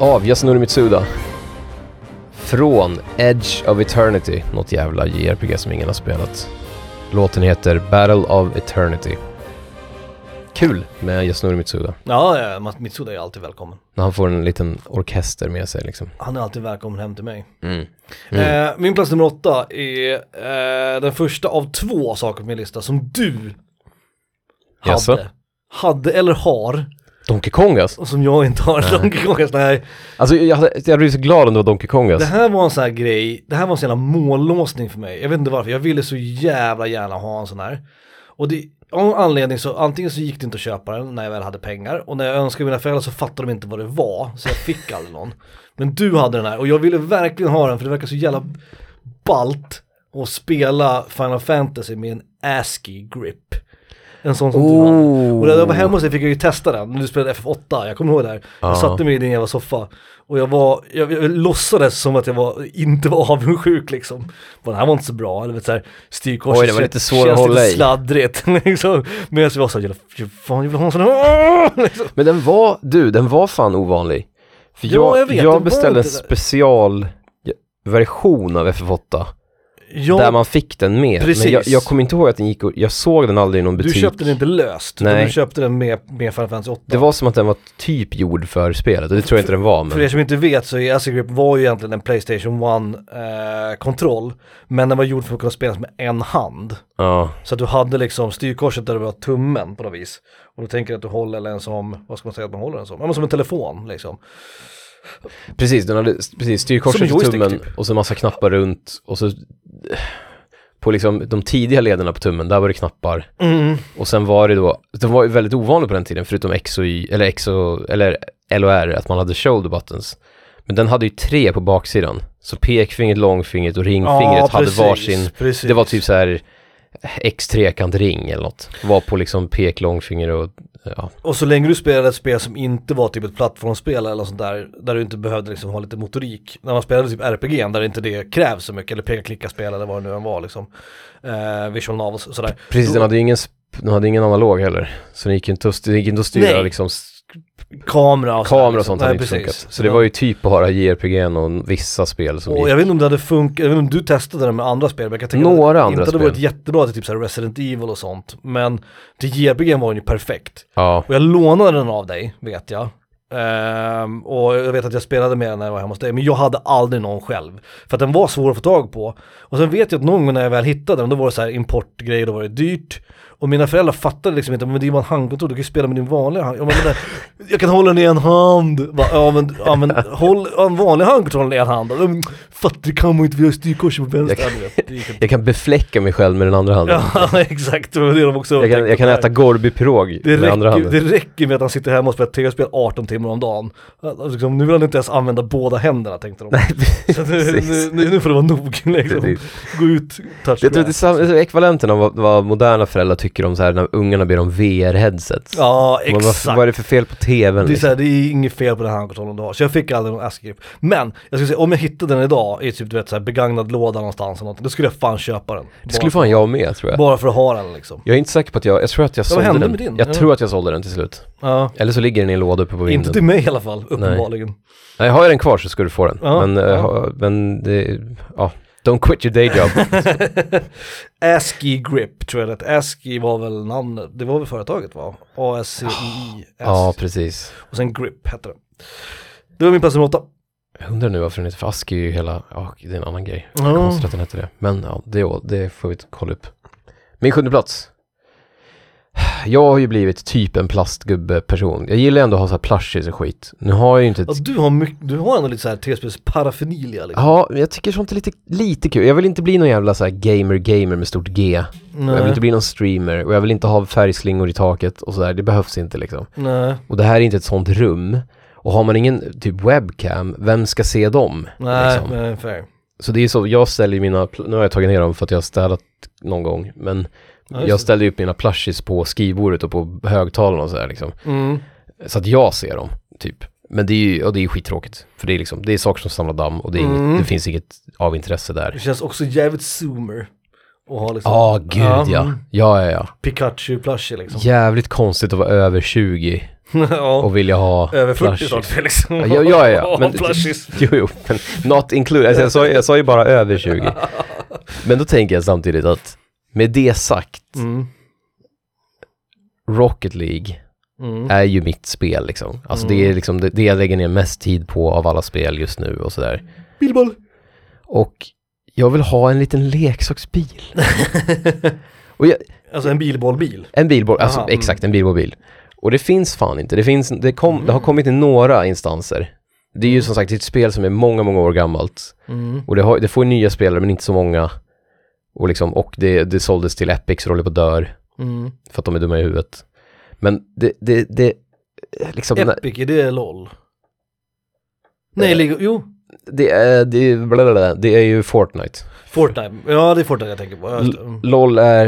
Av Yasunori Mitsuda. Från Edge of Eternity. Något jävla JRPG som ingen har spelat. Låten heter Battle of Eternity. Kul med Yasunori Mitsuda.
Ja, ja, Mas- Mitsuda är alltid välkommen.
När han får en liten orkester med sig liksom.
Han är alltid välkommen hem till mig.
Mm.
Eh, min plats nummer åtta är eh, den första av två saker på min lista som du hade.
Jaså?
Hade eller har,
Donkey Kong alltså.
och som jag inte har. Donkey Kongas, nej.
alltså jag, hade- jag blev så glad om det var Donkey Kong
Det
alltså.
här var en sån här grej, det här var en sån jävla mållåsning för mig. Jag vet inte varför, jag ville så jävla gärna ha en sån här. Och det, av någon anledning så, antingen så gick det inte att köpa den när jag väl hade pengar och när jag önskade mina föräldrar så fattade de inte vad det var, så jag fick aldrig någon. Men du hade den här och jag ville verkligen ha den för det verkar så jävla ballt att spela Final Fantasy med en ASCII grip. En sån som
Oh,
du hade. Och när jag var hemma hos dig fick jag ju testa den, när du spelade FF8, jag kommer ihåg det här. Jag satte mig i din jävla soffa och jag var, jag, jag låtsades som att jag var, inte var avundsjuk liksom. Bara, den här var inte så bra, eller vet så här, styrkorset
Oj, det var lite svår att
känns
hålla i.
lite sladdrigt liksom. Men jag var så här, jävla- fan jag vill ha en sån här, liksom.
Men den var, du, den var fan ovanlig. För jag,
Ja, jag
jag,
vet, den var
beställde en
inte det.
specialversion av FF8.
Jag,
Där man fick den med.
Precis.
Men jag, jag kommer inte ihåg att den gick och, jag såg den aldrig i någon
du
butik.
köpte den inte löst, utan
Nej.
du köpte den med, med Final Fantasy 8.
Det var som att den var typ gjord för spelet och det tror jag inte den var.
För
Men...
er som inte vet så är Acid Grip var ju egentligen en Playstation 1-kontroll, men den var gjord för att kunna spelas med en hand.
Ja.
Så att du hade liksom styrkorset där det var tummen på något vis. Och då tänker jag att du håller den som, vad ska man säga att man håller den som? Ja men som en telefon liksom.
Precis, den hade precis,
Som
styrkorset
en
i
joystick,
tummen
typ.
och så en massa knappar runt och så på liksom de tidiga lederna på tummen, där var det knappar. Och sen var det då, det var ju väldigt ovanligt på den tiden, förutom X och Y, eller X och, eller L och R, att man hade shoulder buttons. Men den hade ju tre på baksidan. Så pekfingret, långfingret och ringfingret hade varsin,
precis.
det var typ så här X trekant ring eller något. Var på liksom pek, långfinger och ja.
Och så länge du spelade ett spel som inte var typ ett plattformsspel eller sånt där, där du inte behövde liksom ha lite motorik. När man spelade typ RPG, där inte det krävs så mycket, eller peka-klicka-spel eller vad det nu än var liksom. Eh, visual novels och sådär.
Precis,
Då-
den hade ju ingen, sp- den hade ingen analog heller. Så den gick ju inte, att- det gick inte att styra
Nej.
liksom s-
kamera och sådär,
kamera och
liksom.
sånt hade
Nej,
inte
precis.
funkat. Så det var ju typ bara JRPG och vissa spel som
Och
gick.
jag vet inte om det hade funkat, jag vet inte om du testade det med andra spel, men jag kan tänka mig
Några
att det
andra
inte hade
spel.
varit jättebra till typ så här Resident Evil och sånt. Men till JRPG var den ju perfekt.
Ja,
Och jag lånade den av dig, vet jag. Ehm, och jag vet att jag spelade med den när jag var hemma hos dig, men jag hade aldrig någon själv. För att den var svår att få tag på. Och sen vet jag att någon gång när jag väl hittade den, då var det så här importgrejer, då var det dyrt. Och mina föräldrar fattade liksom inte, men det är ju bara en handkontroll, du kan ju spela med din vanliga hand. Jag, menar, jag kan hålla den i en hand. Bara, ja men, ja, men håll en vanlig handkontroll i en hand. Mm, Fattar du kan man ju inte, vi har ju styrkorset på vänster.
Jag
Ja, du vet, det gick inte.
jag kan befläcka mig själv med den andra handen.
Ja exakt, det var det de också
jag, kan,
upptäckte
jag kan
där.
äta Gorby-pirog
Det
med andra
räcker,
handen.
det räcker med att han sitter hemma och spelar tv-spel 18 timmar om dagen. Alltså, Liksom, nu vill han inte ens använda båda händerna tänkte de. Så att nu,
precis.
nu, nu får det vara nog. Liksom.
Precis.
Gå ut, touch
Jag tror att det är
grass.
sam- det är ekvivalenten av vad, vad moderna föräldrar tycker om så här när ungarna ber om VR-headsets.
Ja,
Men vad,
exakt.
vad är det för fel på tvn?
Det är,
Liksom?
såhär, det är inget fel på den här handkontrollen du har, så jag fick aldrig någon ask-grip. Men, jag skulle säga, om jag hittade den idag i typ du vet såhär begagnad låda någonstans eller någonting, då skulle jag fan köpa den.
Det skulle
bara,
fan jag med tror jag.
bara för att ha den liksom.
Jag är inte säker på att jag, jag tror att jag
vad
sålde
hände
den.
med din?
Jag
Ja.
tror att jag sålde den till slut.
Ja.
Eller så ligger den i en låda uppe på vinden.
Inte till mig i alla fall, uppenbarligen.
Nej, har jag den kvar så ska du få den.
Ja,
men, eh,
ja.
ha- men det, ja, don't quit your day job.
ASCII Grip tror jag att ASCII var väl namnet, det var väl företaget va? A-S-C-I-I-S.
ja, precis.
och sen Grip hette den. Det var min plats nummer åtta.
Jag undrar nu varför den heter, för Ask är ju hela, ja, det är en annan grej.
Ja.
Konstigt att den heter det. Men ja, det, det får vi kolla upp. Min sjunde plats. Jag har ju blivit typ en plastgubbe-person. Jag gillar ändå att ha så här plushies och skit. Nu har jag ju inte ett
Ja, du, har mycket, du har ändå lite så här T-spels parafenilia liksom.
Ja, men jag tycker sånt är lite, lite kul. Jag vill inte bli någon jävla så här gamer-gamer med stort G. Och Jag vill inte bli någon streamer och jag vill inte ha färgslingor i taket och sådär. Det behövs inte liksom.
Nej,
Och det här är inte ett sånt rum. Och har man ingen typ webcam, vem ska se dem?
nej,
liksom?
nej, fair.
Så det är så, jag ställer ju mina, pl- nu har jag tagit ner dem för att jag har städat någon gång, men
Ja, just
jag
det.
ställde ju upp mina plushies på skrivbordet och på högtalarna och sådär liksom.
Mm.
Så att jag ser dem, typ. Men det är ju, och det är ju skittråkigt. För det är liksom, det är saker som samlar damm och det, är
Mm.
inget, det finns inget av intresse
Det
där.
känns också jävligt zoomer. Och ha liksom
Ja, gud ja.
mm,
Ja, ja, ja.
Pikachu plushie liksom.
Jävligt konstigt att vara över 20
ja,
och vilja ha
över 40
plushies.
snart Felix.
Ja, ja, ja, ja.
Men,
Men-
plushies.
Jo, jo, men not included. Alltså, jag, sa, jag sa ju bara över 20. Men då tänker jag samtidigt att med det sagt,
Mm.
Rocket League
Mm.
är ju mitt spel liksom. Alltså
Mm.
det är liksom det, det jag lägger ner mest tid på av alla spel just nu och sådär.
Bilboll.
Och jag vill ha en liten leksaksbil. och jag,
Alltså en bilbollbil.
en bilboll, alltså
Aha, mm.
exakt en bilbobil. Och det finns fan inte, det, finns, det, kom, det
Mm.
har kommit i några instanser. Det är ju som sagt ett spel som är många, många år gammalt.
Mm.
Och det, har, det får ju nya spelare men inte så många. Och, liksom, och det, det såldes till Epic så det håller på att dör
Mm.
för att de är dumma i huvudet. Men det, det, det liksom,
Epic, är det LOL? Nej,
Eh.
Lego, jo.
det är, det, är, bla, bla, bla, det är ju Fortnite.
Fortnite. Ja, det är Fortnite jag tänker på. Ja, just det. Mm.
LOL är,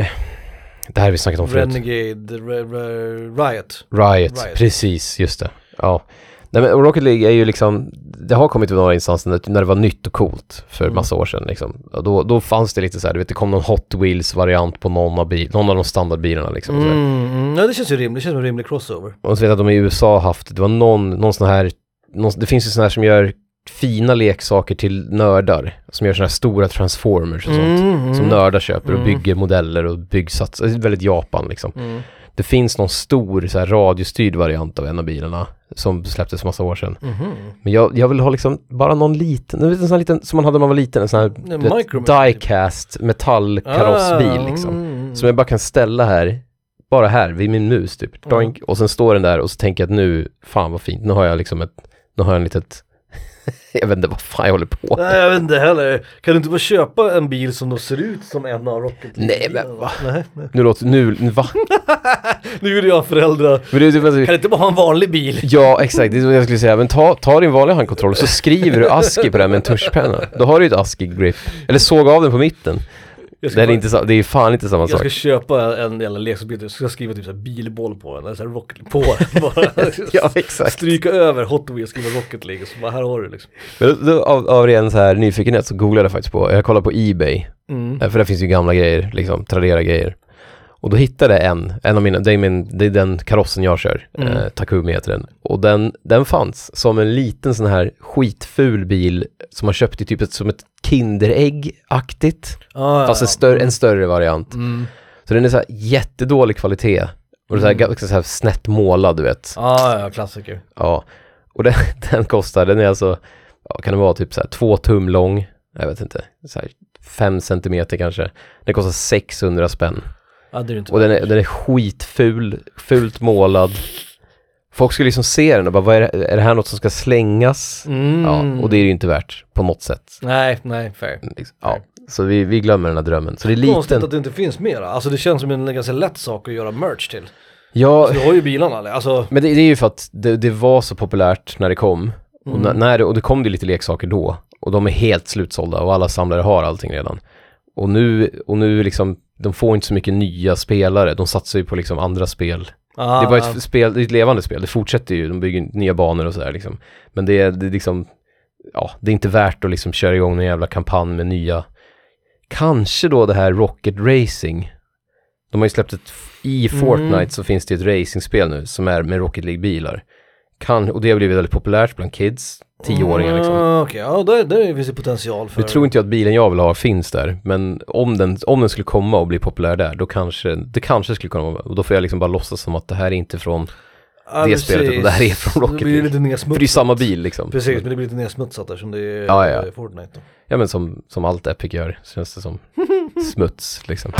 det här har vi snackat om förut,
Renegade, Re- Re- Riot.
Riot,
Riot.
precis, just det. Ja. Nej men och Rocket League är ju liksom, det har kommit till några instanser när- när det var nytt och coolt för
Mm.
massa år sedan liksom. Och Då, då fanns det lite så här, du vet det kom någon Hot Wheels-variant på någon av, bil, någon av de standardbilarna liksom. Så här.
Mm, mm. ja, det känns ju rimligt. Det känns som en rimlig crossover.
Och så vet jag att de i USA haft, det var någon, någon sån här, någon, det finns ju sån här som gör fina leksaker till nördar, som gör såna här stora transformers och sånt.
Mm,
Som
mm.
nördar köper och
Mm.
bygger modeller och byggsatser, Det är väldigt Japan liksom.
Mm.
Det finns någon stor så här, radiostyrd variant av en av bilarna som släpptes för massa år sedan.
Mhm.
Men jag, jag vill ha liksom bara någon liten, du vet en sån här liten, som man hade när man var liten, en sån här
En
du vet,
microman, typ.
diecast metallkarossbil
Ah,
liksom.
mm.
Som jag bara kan ställa här, bara här vid min mus typ.
Mm.
Doink. Och sen står den där och så tänker jag att nu, fan vad fint, nu har jag liksom ett, nu har jag en litet, jag vet inte vad fan jag håller på med.
Nej jag vet inte heller. Kan du inte bara köpa en bil som då ser ut som en av Rocket
Nej, men va?
Nej, nej.
Nu låter, nu, nu va?
Nu gjorde jag föräldrar.
Men det, det,
Kan du inte bara ha en vanlig bil?
ja exakt, det är vad jag skulle säga, men ta, ta din vanliga handkontroll så skriver du ASCII på den med en tuschpenna. Då har du ju ett ASCII-grip. Eller såga av den på mitten.
Jag ska,
Det är,
bara-
inte, sa- det är fan inte samma
jag
sak.
ska köpa en jävla leksaksbil, jag ska skriva typ så här bilboll på den, eller så här rocket på den bara.
Ja exakt.
Stryka över Hot Wheels, skriva Rocket League och så bara här har du liksom.
Men då- då, av, av ren så här nyfikenhet så googlade jag faktiskt på, jag kollade på Ebay.
Mm.
Eh, För där finns ju gamla grejer, liksom Tradera-grejer. Och då hittade jag en, en av mina, det är, min, det är den karossen jag kör,
Mm.
eh, Takumi heter den. Och den, den fanns som en liten sån här skitful bil som man köpte i typ ett, som ett Kinderägg-aktigt,
Ah,
fast
ja.
en större, en större variant.
Mm.
Så den är så här jättedålig kvalitet. Och det är så här,
Mm.
ganska så här snett målad, du vet.
Ah, ja, klassiker.
Ja. Och den, den kostar, den är alltså, ja, kan det vara typ så här två tum lång? Jag vet inte, så här fem centimeter kanske. Den kostar 600 spänn.
Ja, det är det inte.
Och den är, den är skitful, fult målad. Folk skulle liksom se den och bara, vad är, det, är det här något som ska slängas?
Mm.
Ja, och det är det ju inte värt på något sätt.
Nej, nej, fair.
Liksom, Ja, så vi, vi glömmer den här drömmen. Så det är
Konstigt
liten.
att det inte finns mera. Alltså det känns som en ganska lätt sak att göra merch till.
Ja,
Du har ju bilarna, eller? alltså.
men det, det är ju för att det, det var så populärt när det kom. Och, när, när det, och det kom det lite leksaker då. Och de är helt slutsålda och alla samlare har allting redan. Och nu, och nu liksom, de får inte så mycket nya spelare. De satsar ju på liksom andra spel.
Ah,
Det är bara ett, spel, det är ett levande spel, det fortsätter ju, de bygger nya banor och sådär liksom. Men det är, det är liksom, ja, det är inte värt att liksom köra igång någon jävla kampanj med nya, kanske då det här Rocket Racing. De har ju släppt ett, i Fortnite så finns det ett racingspel nu som är med Rocket League-bilar. Kan, och det har blivit väldigt populärt bland kids, tioåringar liksom.
Ah, Okej, ja där, där finns det potential för...
Nu tror inte jag att bilen jag vill ha finns där, men om den, om den skulle komma och bli populär där, då kanske, det kanske skulle kunna vara, och då får jag liksom bara låtsas som att det här är inte från
Ja,
det spelet,
precis.
och det här är från Rocket
Det blir
League.
lite nedsmutsat.
För det är ju samma bil liksom.
Precis, men det blir lite nedsmutsat eftersom det är
Ja, ja.
eh, Fortnite. Då.
Ja men som, som allt Epic gör, känns det som. Smuts liksom.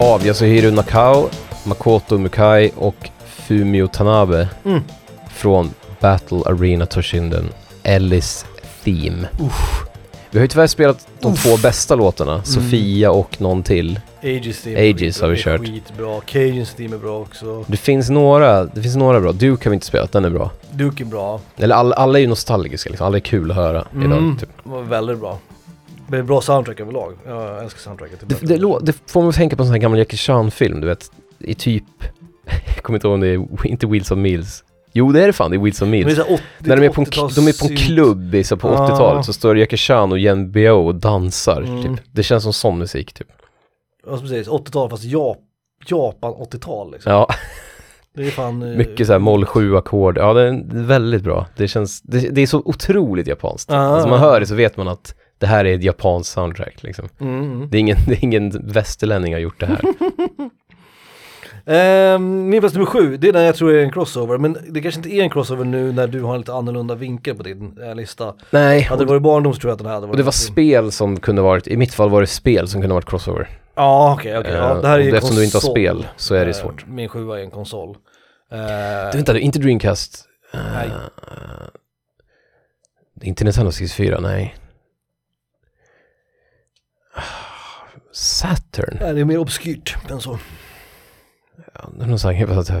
av Yasuhiro Nakao, Makoto Mukai och Fumio Tanabe
Mm.
från Battle Arena Toshinden, Ellis Theme. Vi har ju tyvärr spelat de
Uff. Mm.
två bästa låtarna, Sofia och någon till.
Aegis Steam
Aegis har vi kört.
skitbra, Cajun Steam är bra också,
Det finns några, det finns några bra. Du kan vi inte spela, den är bra.
Duke är bra,
Eller alla, alla är ju nostalgiska liksom, alla är kul att höra
Mm.
idag. Typ.
var väldigt bra. Det är bra soundtrack överlag, jag älskar soundtracket. är
Det,
bra.
det, lå- det får mig att tänka på en sån här gammal Jackie Chan-film, du vet. I typ... Jag kommer inte ihåg om det är... Inte Wheels on Meals. Jo, det är det fan. Det är Wheels on
Men det är
Meals.
så här 80
När de är på en,
80-tals
de är på en
synt.
klubb i, så på
Ah.
80-talet så står Jackie Chan och Jen Biao och dansar.
Mm.
Typ. Det känns som sån musik, typ.
Vad som sägs, 80-tal fast Jap- Japan 80-tal liksom.
Ja,
Det är fan... eh,
mycket så här moll 7-ackord. Ja, det är väldigt bra. Det känns... Det, det är så otroligt japanskt.
Ah.
Alltså man hör det så vet man att det här är ett japanskt soundtrack, liksom.
Mm, mm.
Det är ingen, det är ingen västerlänning har gjort det här.
Ehm, min plats nummer sju, det är den jag tror är en crossover, men det kanske inte är en crossover nu när du har en lite annorlunda vinkel på din eh, lista.
Nej,
Hade det varit barndom så tror jag att den här hade varit...
Och det var spel som kunde varit, i mitt fall var det spel som kunde varit crossover.
Ja okej, okej. ja,
Eh,
det här är
och
ju
eftersom du inte har
konsol.
spel så är det
Eh,
svårt.
Min sjua är en konsol. Eh,
Du vänta, det är inte Dreamcast?
Nej.
Eh, det är inte Nintendo 64, nej. Ah, Saturn?
nej, det är mer obskyrt än så.
Ja, det är någon sån här, jag vet inte,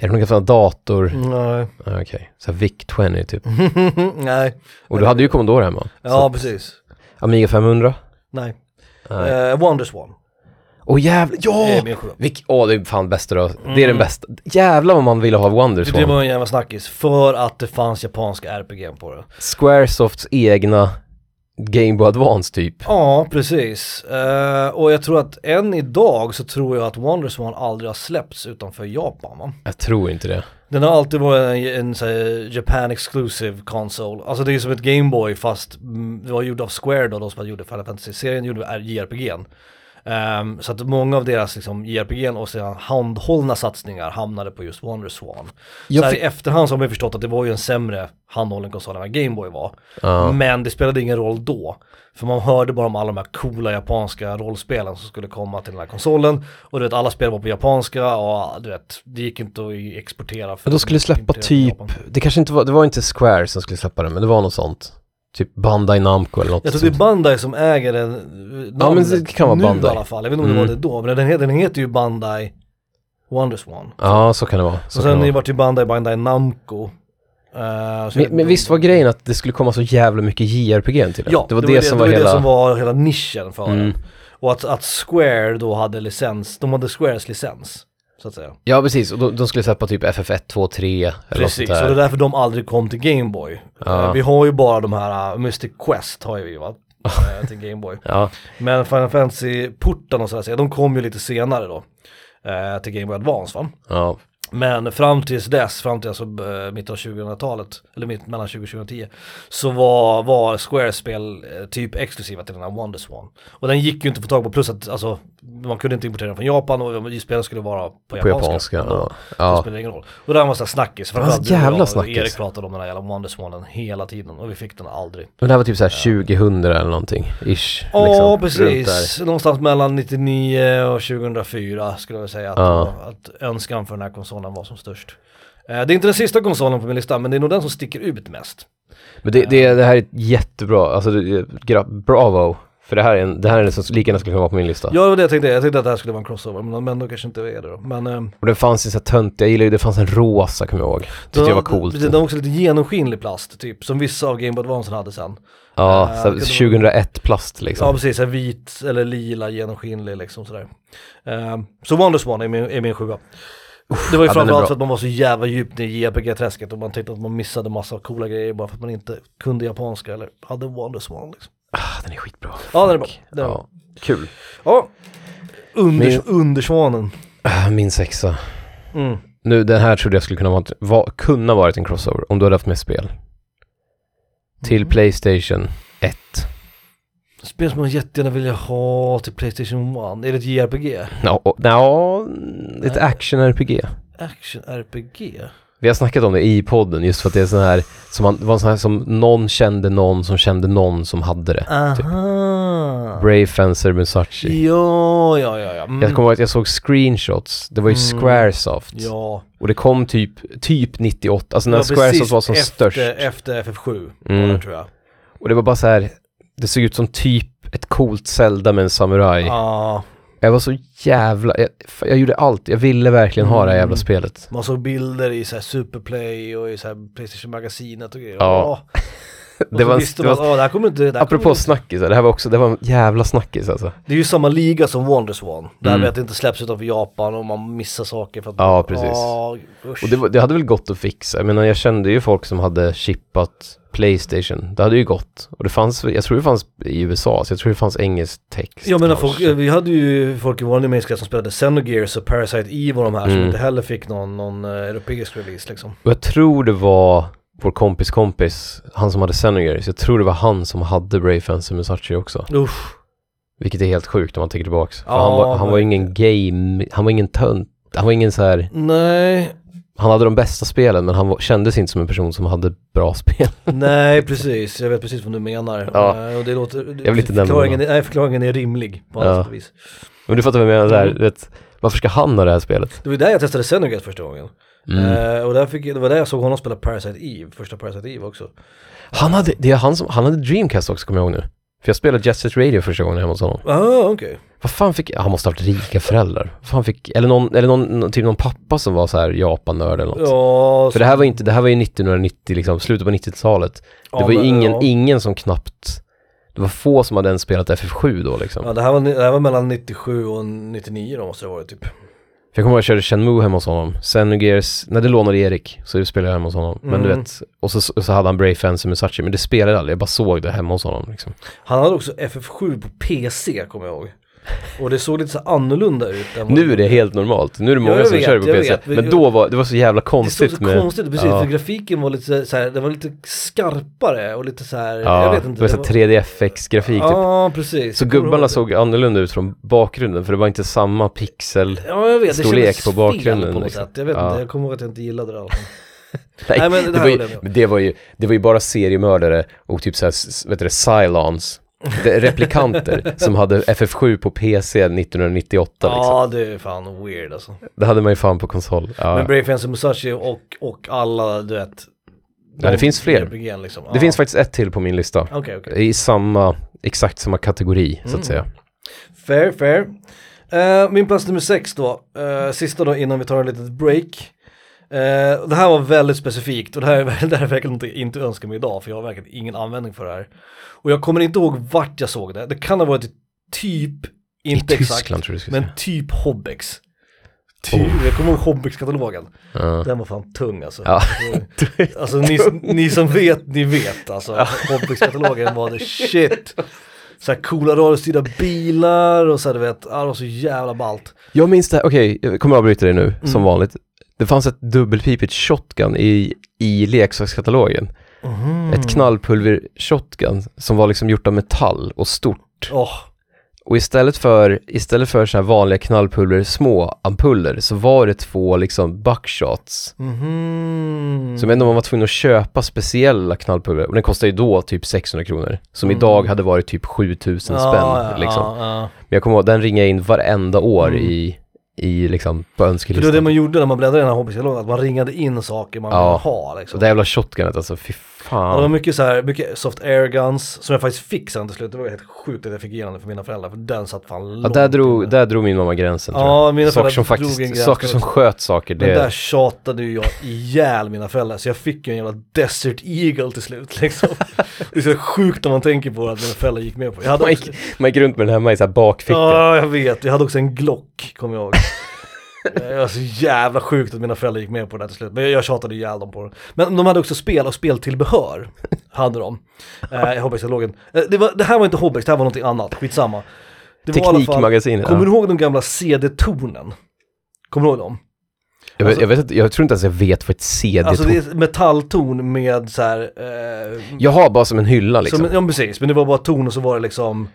är det någon sån här dator?
Mm. Nej.
Ah, Okej, så här VIC-20 typ.
nej.
Och du hade ju Commodore hemma.
Mm. Ja
Så,
precis.
Amiga 500?
Nej.
Nej.
Eh, Wonderswan
Åh jävlar,
är
ja!
min sjua.
Vilk, åh det är fan bästa då. Det är den bästa. Jävlar vad man ville ha Wonderswan.
Mm. Det var en jävla snackis, för att det fanns japanska RPG på det.
Squaresofts egna Game Boy Advance typ.
Ja, precis. Eh, och jag tror att än idag så tror jag att Wonderswan aldrig har släppts utanför Japan. Va?
Jag tror inte det.
Den har alltid varit en, en så här, Japan exclusive console. Alltså det är som ett Gameboy fast mm, det var gjord av Square då, de som gjorde Final Fantasy-serien gjorde R- JRPG'n. Ehm, så att många av deras liksom, JRPG'n och sedan handhållna satsningar hamnade på just Wonderswan.
Jag
så här,
fick-
i efterhand så har man ju förstått att det var ju en sämre handhållen konsol än vad Gameboy var.
Ja.
Men det spelade ingen roll då. För man hörde bara om alla de här coola japanska rollspelen som skulle komma till den här konsolen. Och du vet, alla spel var på japanska och du vet, det gick inte att exportera. För
Men de skulle släppa
importera från
typ,
Japan.
det kanske inte var, det var inte Square som skulle släppa det, men det var något sånt. Typ Bandai Namco eller något
Jag tror det
sånt.
är Bandai som äger den eh, namnet
men det kan vara
nu
Bandai. Mm.
i alla fall. Jag vet inte om det var det då, men den heter, den heter ju Bandai Wonderswan.
Ja, så kan det vara. Så
Och
kan
sen
det vara.
det vart ju Bandai Bandai Namco. Eh, så jag vet
Men,
inte
men
om-
visst var grejen att det skulle komma så jävla mycket JRPG till det?
Ja,
det var det, som var,
det
hela...
som var hela nischen för
Mm.
den. Och att, att Square då hade licens, de hade Squares licens. Så att säga.
Ja, precis. Och de, de skulle släppa typ FF1, 2, 3 eller något
Precis, och det är
sånt där.
därför de aldrig kom till Gameboy.
Ja.
Eh, Vi har ju bara de här, uh, Mystic Quest har ju vi va? Eh, till Gameboy.
Ja,
Men Final Fantasy-portarna och sådär, de kom ju lite senare då. eh, Till Gameboy Advance va?
ja.
Men fram tills dess, fram till alltså eh, mitten av 2000-talet, eller mitt, mellan 2020 och 2010, så var, var Squares spel eh, typ exklusiva till den här Wonderswan. Och den gick ju inte att få tag på, plus att alltså, man kunde inte importera den från Japan och spelen skulle vara på,
På japanska.
Då,
Ja.
Det
ja.
spelade ingen roll. Och där var så här snackis, för
Det var så
att du och
jävla
jag och
snackis.
Erik pratade om den här jävla Wonderswanen hela tiden och vi fick den aldrig.
Men det här var typ såhär 2000 eller någonting, ish.
Ja,
liksom, runt där.
precis. Någonstans mellan 99 och 2004 skulle jag säga att,
Ja.
att önskan för den här konsolen var som störst. Eh, Det är inte den sista konsolen på min lista, men det är nog den som sticker ut mest.
Men det,
Eh.
det, det här är jättebra, alltså det, gra, bravo. För det här är en, det här är en som lika gärna skulle kunna vara på min lista.
Ja, det var det jag tänkte. Jag tänkte att det här skulle vara en crossover, men, men då kanske inte är det då. Men, eh,
Och den fanns i så här tönt, jag gillar ju, det fanns en rosa kommer jag ihåg. Tyckte jag var coolt.
Den var också lite genomskinlig plast, typ, som vissa av Game Boy Advance hade sen.
ja,
eh,
så här
det
2001 plast liksom.
Ja, precis. En vit eller lila genomskinlig liksom sådär. Eh, Så Wonderswan är min, är min sjua. Det var ju
ja, den är
framförallt
bra.
för att man var så jävla djupt i JRPG-träsket och man tyckte att man missade massa coola grejer bara för att man inte kunde japanska eller hade Wonderswan liksom.
Ah, den är skitbra.
Ja, den är bra.
Fuck.
Den är bra.
Ja, kul.
Ja. Under,
Min-
Undersvanen.
Ah, Min sexa.
Mm.
Nu, den här trodde jag skulle kunna vara, va, kunna varit en crossover om du hade haft med spel. Till
Mhm.
Playstation 1.
Spel som man jättegärna vill ha till Playstation 1. Är det ett JRPG?
Ja, no, ett
Nej.
action-RPG.
Action-RPG?
Vi har snackat om det i podden just för att det är sån här, som man, det var en sån här som någon kände någon som kände någon som hade det.
Aha.
Brave Fencer
Mm.
Musashi.
Ja, ja, ja, ja. Mm.
Jag kommer ihåg att jag såg screenshots, det var ju
Mm.
Squaresoft.
Ja.
Och det kom typ, typ 98, alltså när
Ja, precis
Squaresoft var som
efter,
störst.
Efter FF7,
Mm.
var det, tror jag.
Och det var bara så här, det såg ut som typ ett coolt Zelda med en samuraj.
Ja,
Jag var så jävla, jag, fan, jag gjorde allt, jag ville verkligen ha det här jävla
Mm.
spelet.
man såg bilder i så här Superplay och i så här Playstation-magasinet och grejer.
Ja.
Ja. Och
Det
så
var en-
visste
det
man,
var-
"Åh, det här kommer inte... Det, här kommer
Apropå
inte.
snackisar, det här var också, det var en jävla snackis alltså.
det är ju samma liga som Wonderswan. Där
Mm.
vet att det inte släpps utanför Japan och man missar saker för att...
Ja, precis.
Ja,
Och det, var, det hade väl gått att fixa. Jag menar, jag kände ju folk som hade chippat Playstation. Det hade ju gått. Och det fanns, jag tror det fanns i USA, så jag tror det fanns engelsk text.
Ja men
kanske.
folk, eh, vi hade ju folk i vår gemenskap som spelade Xenogears och Parasite Eve och de här som
Mm.
inte heller fick någon, någon eh, europeisk release liksom.
Och jag tror det var vår kompis kompis, han som hade Xenogears, jag tror det var han som hade Brave Fencer Musashi också.
Usch.
Vilket är helt sjukt om man tänker tillbaks. För
Ja,
han var, han var
verkligen.
ingen game, han var ingen tönt, han var ingen så här,
Nej,
han hade de bästa spelen men han var, kändes inte som en person som hade bra spel.
nej precis. Jag vet precis vad du menar.
Ja.
Eh, Och det låter,
Jag vill inte nämna
förklaringen,
någon.
är, nej, förklaringen är rimlig på
Ja.
alla sätt och vis.
Men du fattar vad jag menar, så här,
Mm.
du vet, varför ska han ha det här spelet?
Det var ju där jag testade Xenogears första gången.
Mm.
Eh, och där fick, jag- det var där jag såg honom spela Parasite Eve, första Parasite Eve också.
Han hade, det är han som, han hade Dreamcast också kommer jag ihåg nu. För jag spelade Jet Set Radio första gången hemma hos honom.
Ah, okej.
Vad fan fick, han måste ha haft rika föräldrar. Vad fan fick, eller någon, eller någon, någon- typ någon pappa som var så här Japan-nörd eller något.
Ja,
För det här var inte, det här var ju 1990 liksom, slutet på 90-talet.
ja,
det var ju
men,
ingen,
ja.
ingen som knappt, det var få som hade ens spelat FF7 då liksom.
Ja, det här, var, det här var mellan 97 och 99 då måste det ha varit typ.
För jag kommer ihåg jag körde Shenmue hemma hos honom. Xenogears, när det lånade Erik så spelade jag hemma hos honom. Men du
Mm.
vet, och så, så hade han Brave Fencer Musashi, men det spelade jag aldrig, jag bara såg det hemma hos honom liksom.
Han hade också FF7 på PC kommer jag ihåg. Och det såg lite så annorlunda ut. än vad
Nu är det helt normalt. Nu är det
Ja,
många
jag
som
vet,
kör på
jag
PC.
vet.
Men då var det var så jävla
Det såg
konstigt
så
med...
konstigt, precis.
ja.
För grafiken var lite så här, den var lite skarpare och lite så här,
Ja,
jag vet inte.
det var så här 3D-FX-grafik typ.
Ja, precis.
Så
Kommer du ihåg
gubbarna
det?
såg annorlunda ut från bakgrunden för det var inte samma pixel.
Ja, jag vet. Det
storlek
kändes
på
fel
bakgrunden,
på något
liksom.
sätt. Jag vet
Ja.
inte, jag kommer ihåg att jag inte gillade det alls.
Nej,
men det
det,
här
var ju,
håller jag med om.
men det, var ju, det var ju bara seriemördare och typ såhär, vet du det, Cylons. Det- Replikanter som hade FF7 på PC 1998 liksom.
Ja, det är fan weird alltså.
Det hade man ju fan på konsol. Ja.
Men Brave Fencer Musashi och, och alla, du vet.
Ja, det finns fler.
RPG'n liksom.
Det finns faktiskt ett till på min lista.
Okej, okej.
I samma, exakt samma kategori
Mm.
så att säga.
Fair, fair. Eh, min plats nummer sex då, eh, sista då innan vi tar en litet break. Eh, och det här var väldigt specifikt och det här är, det här är verkligen något jag inte önskar mig idag för jag har verkligen ingen användning för det här. Och jag kommer inte ihåg vart jag såg det, det kan ha varit i typ, inte
I Tyskland
exakt,
tror jag du skulle
men
säga.
typ Hobbex. Typ, Jag kommer ihåg Hobbex-katalogen,
Ja.
den var fan tung alltså.
Ja.
Alltså ni, ni som vet, ni vet. Alltså Hobbyx-katalogen var det shit. Så här coola radiostyrda bilar och så här, du vet, ah, det var så jävla ballt.
Jag minns det, här- okej, jag kommer avbryta dig nu som
Mm.
vanligt. Det fanns ett dubbelpipigt shotgun i, i leksakskatalogen.
Mm.
Ett knallpulver-shotgun som var liksom gjort av metall och stort.
Åh,
Och istället för, istället för så här vanliga knallpulver, små ampuller, så var det två liksom buckshots.
mhm.
Så jag vet inte om man var tvungen att köpa speciella knallpulver. Och den kostade ju då typ 600 kronor. Som
Mm.
idag hade varit typ 7000 spänn.
Ja,
liksom.
Ja, ja.
Men jag kommer ihåg, den ringade jag in varenda år
Mm.
i, i liksom, på
För det var det
önskelistan.
man gjorde när man bläddrade i den här Hobbyx-katalogen, att man ringade in saker man
Ja.
ville ha. Liksom.
Så det jävla shotgunet alltså, fy
Ja, det var
fan.
mycket så här, mycket soft air guns som jag faktiskt fick sen till slut. Det var helt sjukt att jag fick igenom det för mina föräldrar, för den satt fan
Ja,
långt
där,
inne.
drog, där drog min mamma gränsen tror jag.
Ja, mina
Saker
föräldrar
som,
drog en
faktiskt,
gräns
saker som
också.
sköt saker,
Men där
det...
tjatade ju jag ihjäl mina föräldrar så jag fick ju en jävla Desert Eagle till slut liksom. Det är så sjukt när man tänker på att mina föräldrar gick med på det. Jag hade
Man
också,
gick, man gick runt med den hemma i så här bakfickan.
ja, jag vet. Jag hade också en Glock, kommer jag ihåg. Det var så jävla sjukt att mina föräldrar gick med på det här till slut. Men jag, jag tjatade ihjäl dem på det. Men de hade också spel och speltillbehör. Hade de. Eh, i Hobbex-katalogen. Eh, det, var- det här var inte Hobbex, det här var någonting annat. Skitsamma. Det var i alla fall-
Teknikmagasinet.
Kommer
Ja.
du ihåg de gamla CD-tornen? Kommer du ihåg dem?
Jag, vet,
alltså-
jag, vet, inte- jag tror inte ens jag vet vad ett CD
Alltså
alltså,
det är metallton med så här, eh,
Jag har bara som en hylla liksom.
som, ja precis, men det var bara ton och så var det liksom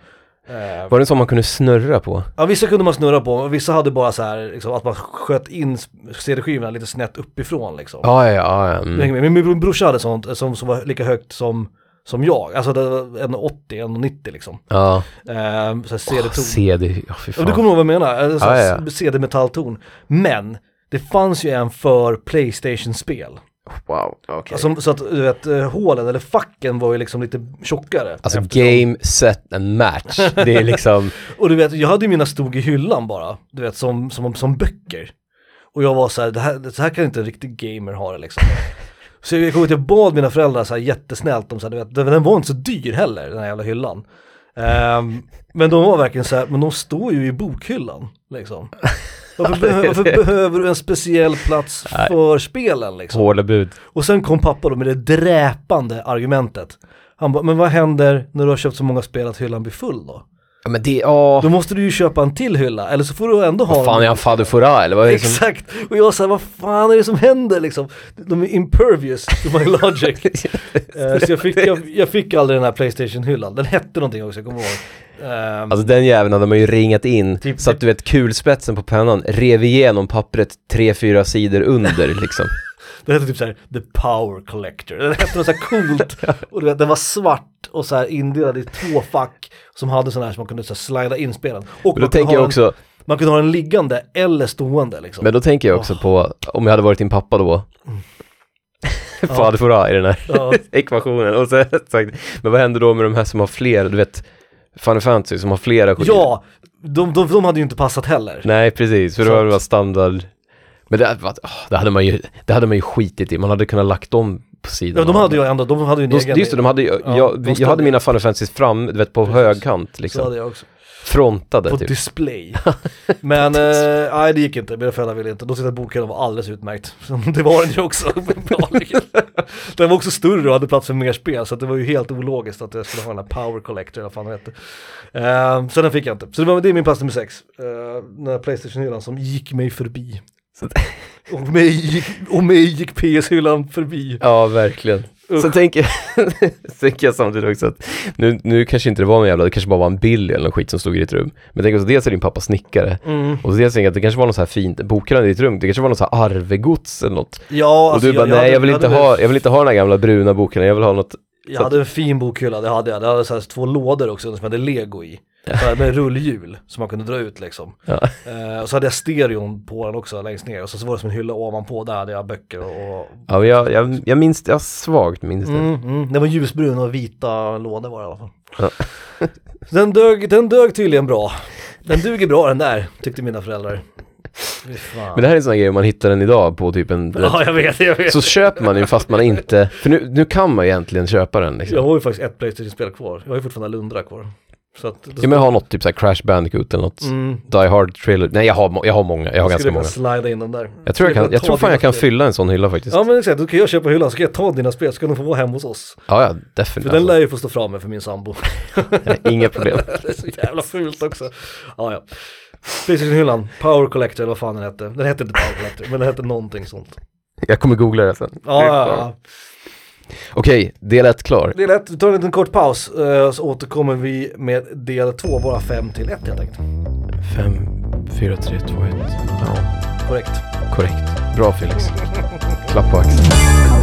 Eh,
Var det en sån man kunde snurra på?
ja, vissa kunde man snurra på, och vissa hade bara så här, liksom, att man sköt in CD-skivorna lite snett uppifrån liksom.
Ja, ja, ja. ja,
Du
Mm.
hänger med? Men min brorsa hade sånt eh, som, som var lika högt som, som jag, alltså det var 1,80, 1,90 liksom.
ja.
Eh, så här CD-ton.
CD, ja fy
Ja, du
fan.
kommer ihåg vad jag menar, alltså,
Ja, ja, ja.
CD-metallton. Men det fanns ju en för Playstation-spel.
Wow, okej.
Alltså, så att du vet, eh, hålen eller facken var ju liksom lite tjockare.
Alltså game, set and match. Det är liksom,
Och du vet, jag hade ju mina stog i hyllan bara, du vet, som, som, som böcker. Och jag var så här, det här, så här kan inte en riktig gamer ha det liksom. Så jag kom ut och bad mina föräldrar så här jättesnällt om så här, du vet, den den var inte så dyr heller, den här jävla hyllan. Ehm, men de var verkligen så här, men de står ju i bokhyllan liksom. Varför, behö- varför behöver du en speciell plats för spelen liksom?
hårda bud.
Och sen kom pappa då med det dräpande argumentet. Han bara, men vad händer när du har köpt så många spel att hyllan blir full då?
Ja men det, ja.
Då måste du ju köpa en till hylla, eller så får du ändå ha
Vad fan
en.
är han fader Fouras, eller vad är det som...
Exakt, och jag sa vad fan är det som händer liksom? De är impervious to my logic. Eh, så jag fick, jag, jag fick aldrig den här Playstation-hyllan, den hette någonting också, jag kommer ihåg. Ehm,
Alltså den jäveln hade man ju ringat in
Typ-
så att du vet kulspetsen på pennan rev igenom pappret tre, fyra sidor under liksom.
den hette typ såhär The Power Collector, den hette något såhär coolt. Och du vet, den var svart och såhär indelad i två fack som hade sån här som man kunde så här, slida in spelen.
Men
Och
då
man kunde
tänker
ha
jag också,
en, man kunde ha den liggande eller stående liksom.
men då tänker jag också på om jag hade varit din pappa då. fader Fouras i den här
Mm. Ja.
ekvationen. Och så, har jag sagt, men vad händer då med de här som har flera, du vet, Final Fantasy som har flera kopior?
Ja, de, de, de hade ju inte passat heller.
Nej, precis, för då
Så
var det
att-
bara standard. Men det, hade varit- åh, det, hade man ju, det hade man ju skitit i, man hade kunnat lagt dem på sidan.
Ja, de
av
hade
den.
ju ändå, de hade ju en
De,
egen.
just det, de hade, ju-
Ja,
jag,
de
jag
ställde-
hade mina Final Fantasy fram, du vet, på
Precis.
högkant
Så
liksom.
hade jag också.
Frontade
På
typ.
display. Men eh, nej det gick inte, mina föräldrar ville inte. De tyckte att bokhyllan var alldeles utmärkt. Det var den ju också. uppenbarligen. den var också större och hade plats för mer spel så att det var ju helt ologiskt att jag skulle ha den här power collector eller vad fan den hette. Eh, så den fick jag inte. Så det, var, det är min plats nummer sex. Eh, den här Playstation-hyllan som gick mig förbi. Och mig gick, och mig gick PS-hyllan förbi.
Ja, verkligen. Sen
Usch.
tänker, jag- tänker jag samtidigt också att nu, nu kanske inte det var någon jävla, det kanske bara var en bild eller någon skit som stod i ditt rum. Men tänk också, dels är din pappa snickare
Mm.
och dels tänker jag att det kanske var något så här fint, bokhyllan i ditt rum, det kanske var något så här arvegods eller något.
Ja, alltså,
och du bara, nej
hade-
jag vill, inte
hade väl-
ha, jag vill inte ha den här gamla bruna bokhyllan, jag vill ha något,
Jag
Så att-
hade en fin bokhylla, det hade jag. Det hade så här två lådor också som jag hade lego i. Så här med rullhjul som man kunde dra ut liksom.
Ja.
Eh, och så hade jag stereon på den också längst ner. Och så, så var det som en hylla ovanpå, där hade jag böcker och...
ja men jag, jag, jag minns, jag svagt minns det.
Mm, mm. Det var ljusbruna och vita lådor var det i alla fall.
Ja.
Den, dög, den dög tydligen bra. Den duger bra den där, tyckte mina föräldrar. Fy fan.
Men det här är en sån här grej, om man hittar den idag på typ en,
Ja, jag vet, jag vet.
så köper man den fast man inte, för nu, nu kan man ju egentligen köpa den liksom.
Jag har ju faktiskt ett Playstation-spel kvar. Jag har ju fortfarande Lundra kvar. Så att...
Ja men jag har något typ såhär Crash Bandicoot eller något.
Mm.
Die Hard Trailer, nej jag har, må- jag har många, jag har ganska
Skulle
många.
kunna slida in den där.
Jag tror, jag,
Skulle
kan, jag
ta
tror fan
dina
jag kan
spel.
fylla en sån hylla faktiskt.
Ja
Ja,
men exakt, då kan jag köpa hyllan så kan jag ta dina spel så kan de få vara hemma hos oss.
ja
För
definitivt.
den lär ju få stå framme för min sambo.
Alltså, Inga problem.
det är så jävla fult också. Ja ja. Playstation-hyllan, Power Collector eller vad fan den hette. Den hette inte Power Collector men den hette någonting sånt.
Jag kommer googla det sen.
Ja, ja, ja.
Okej, del ett klar.
Del 1, vi tar en liten kort paus eh, så återkommer vi med del 2, bara 5 till 1 helt enkelt.
5, 4, 3, 2, 1. Ja,
Korrekt.
korrekt. Bra Felix. Klapp på axeln.
Just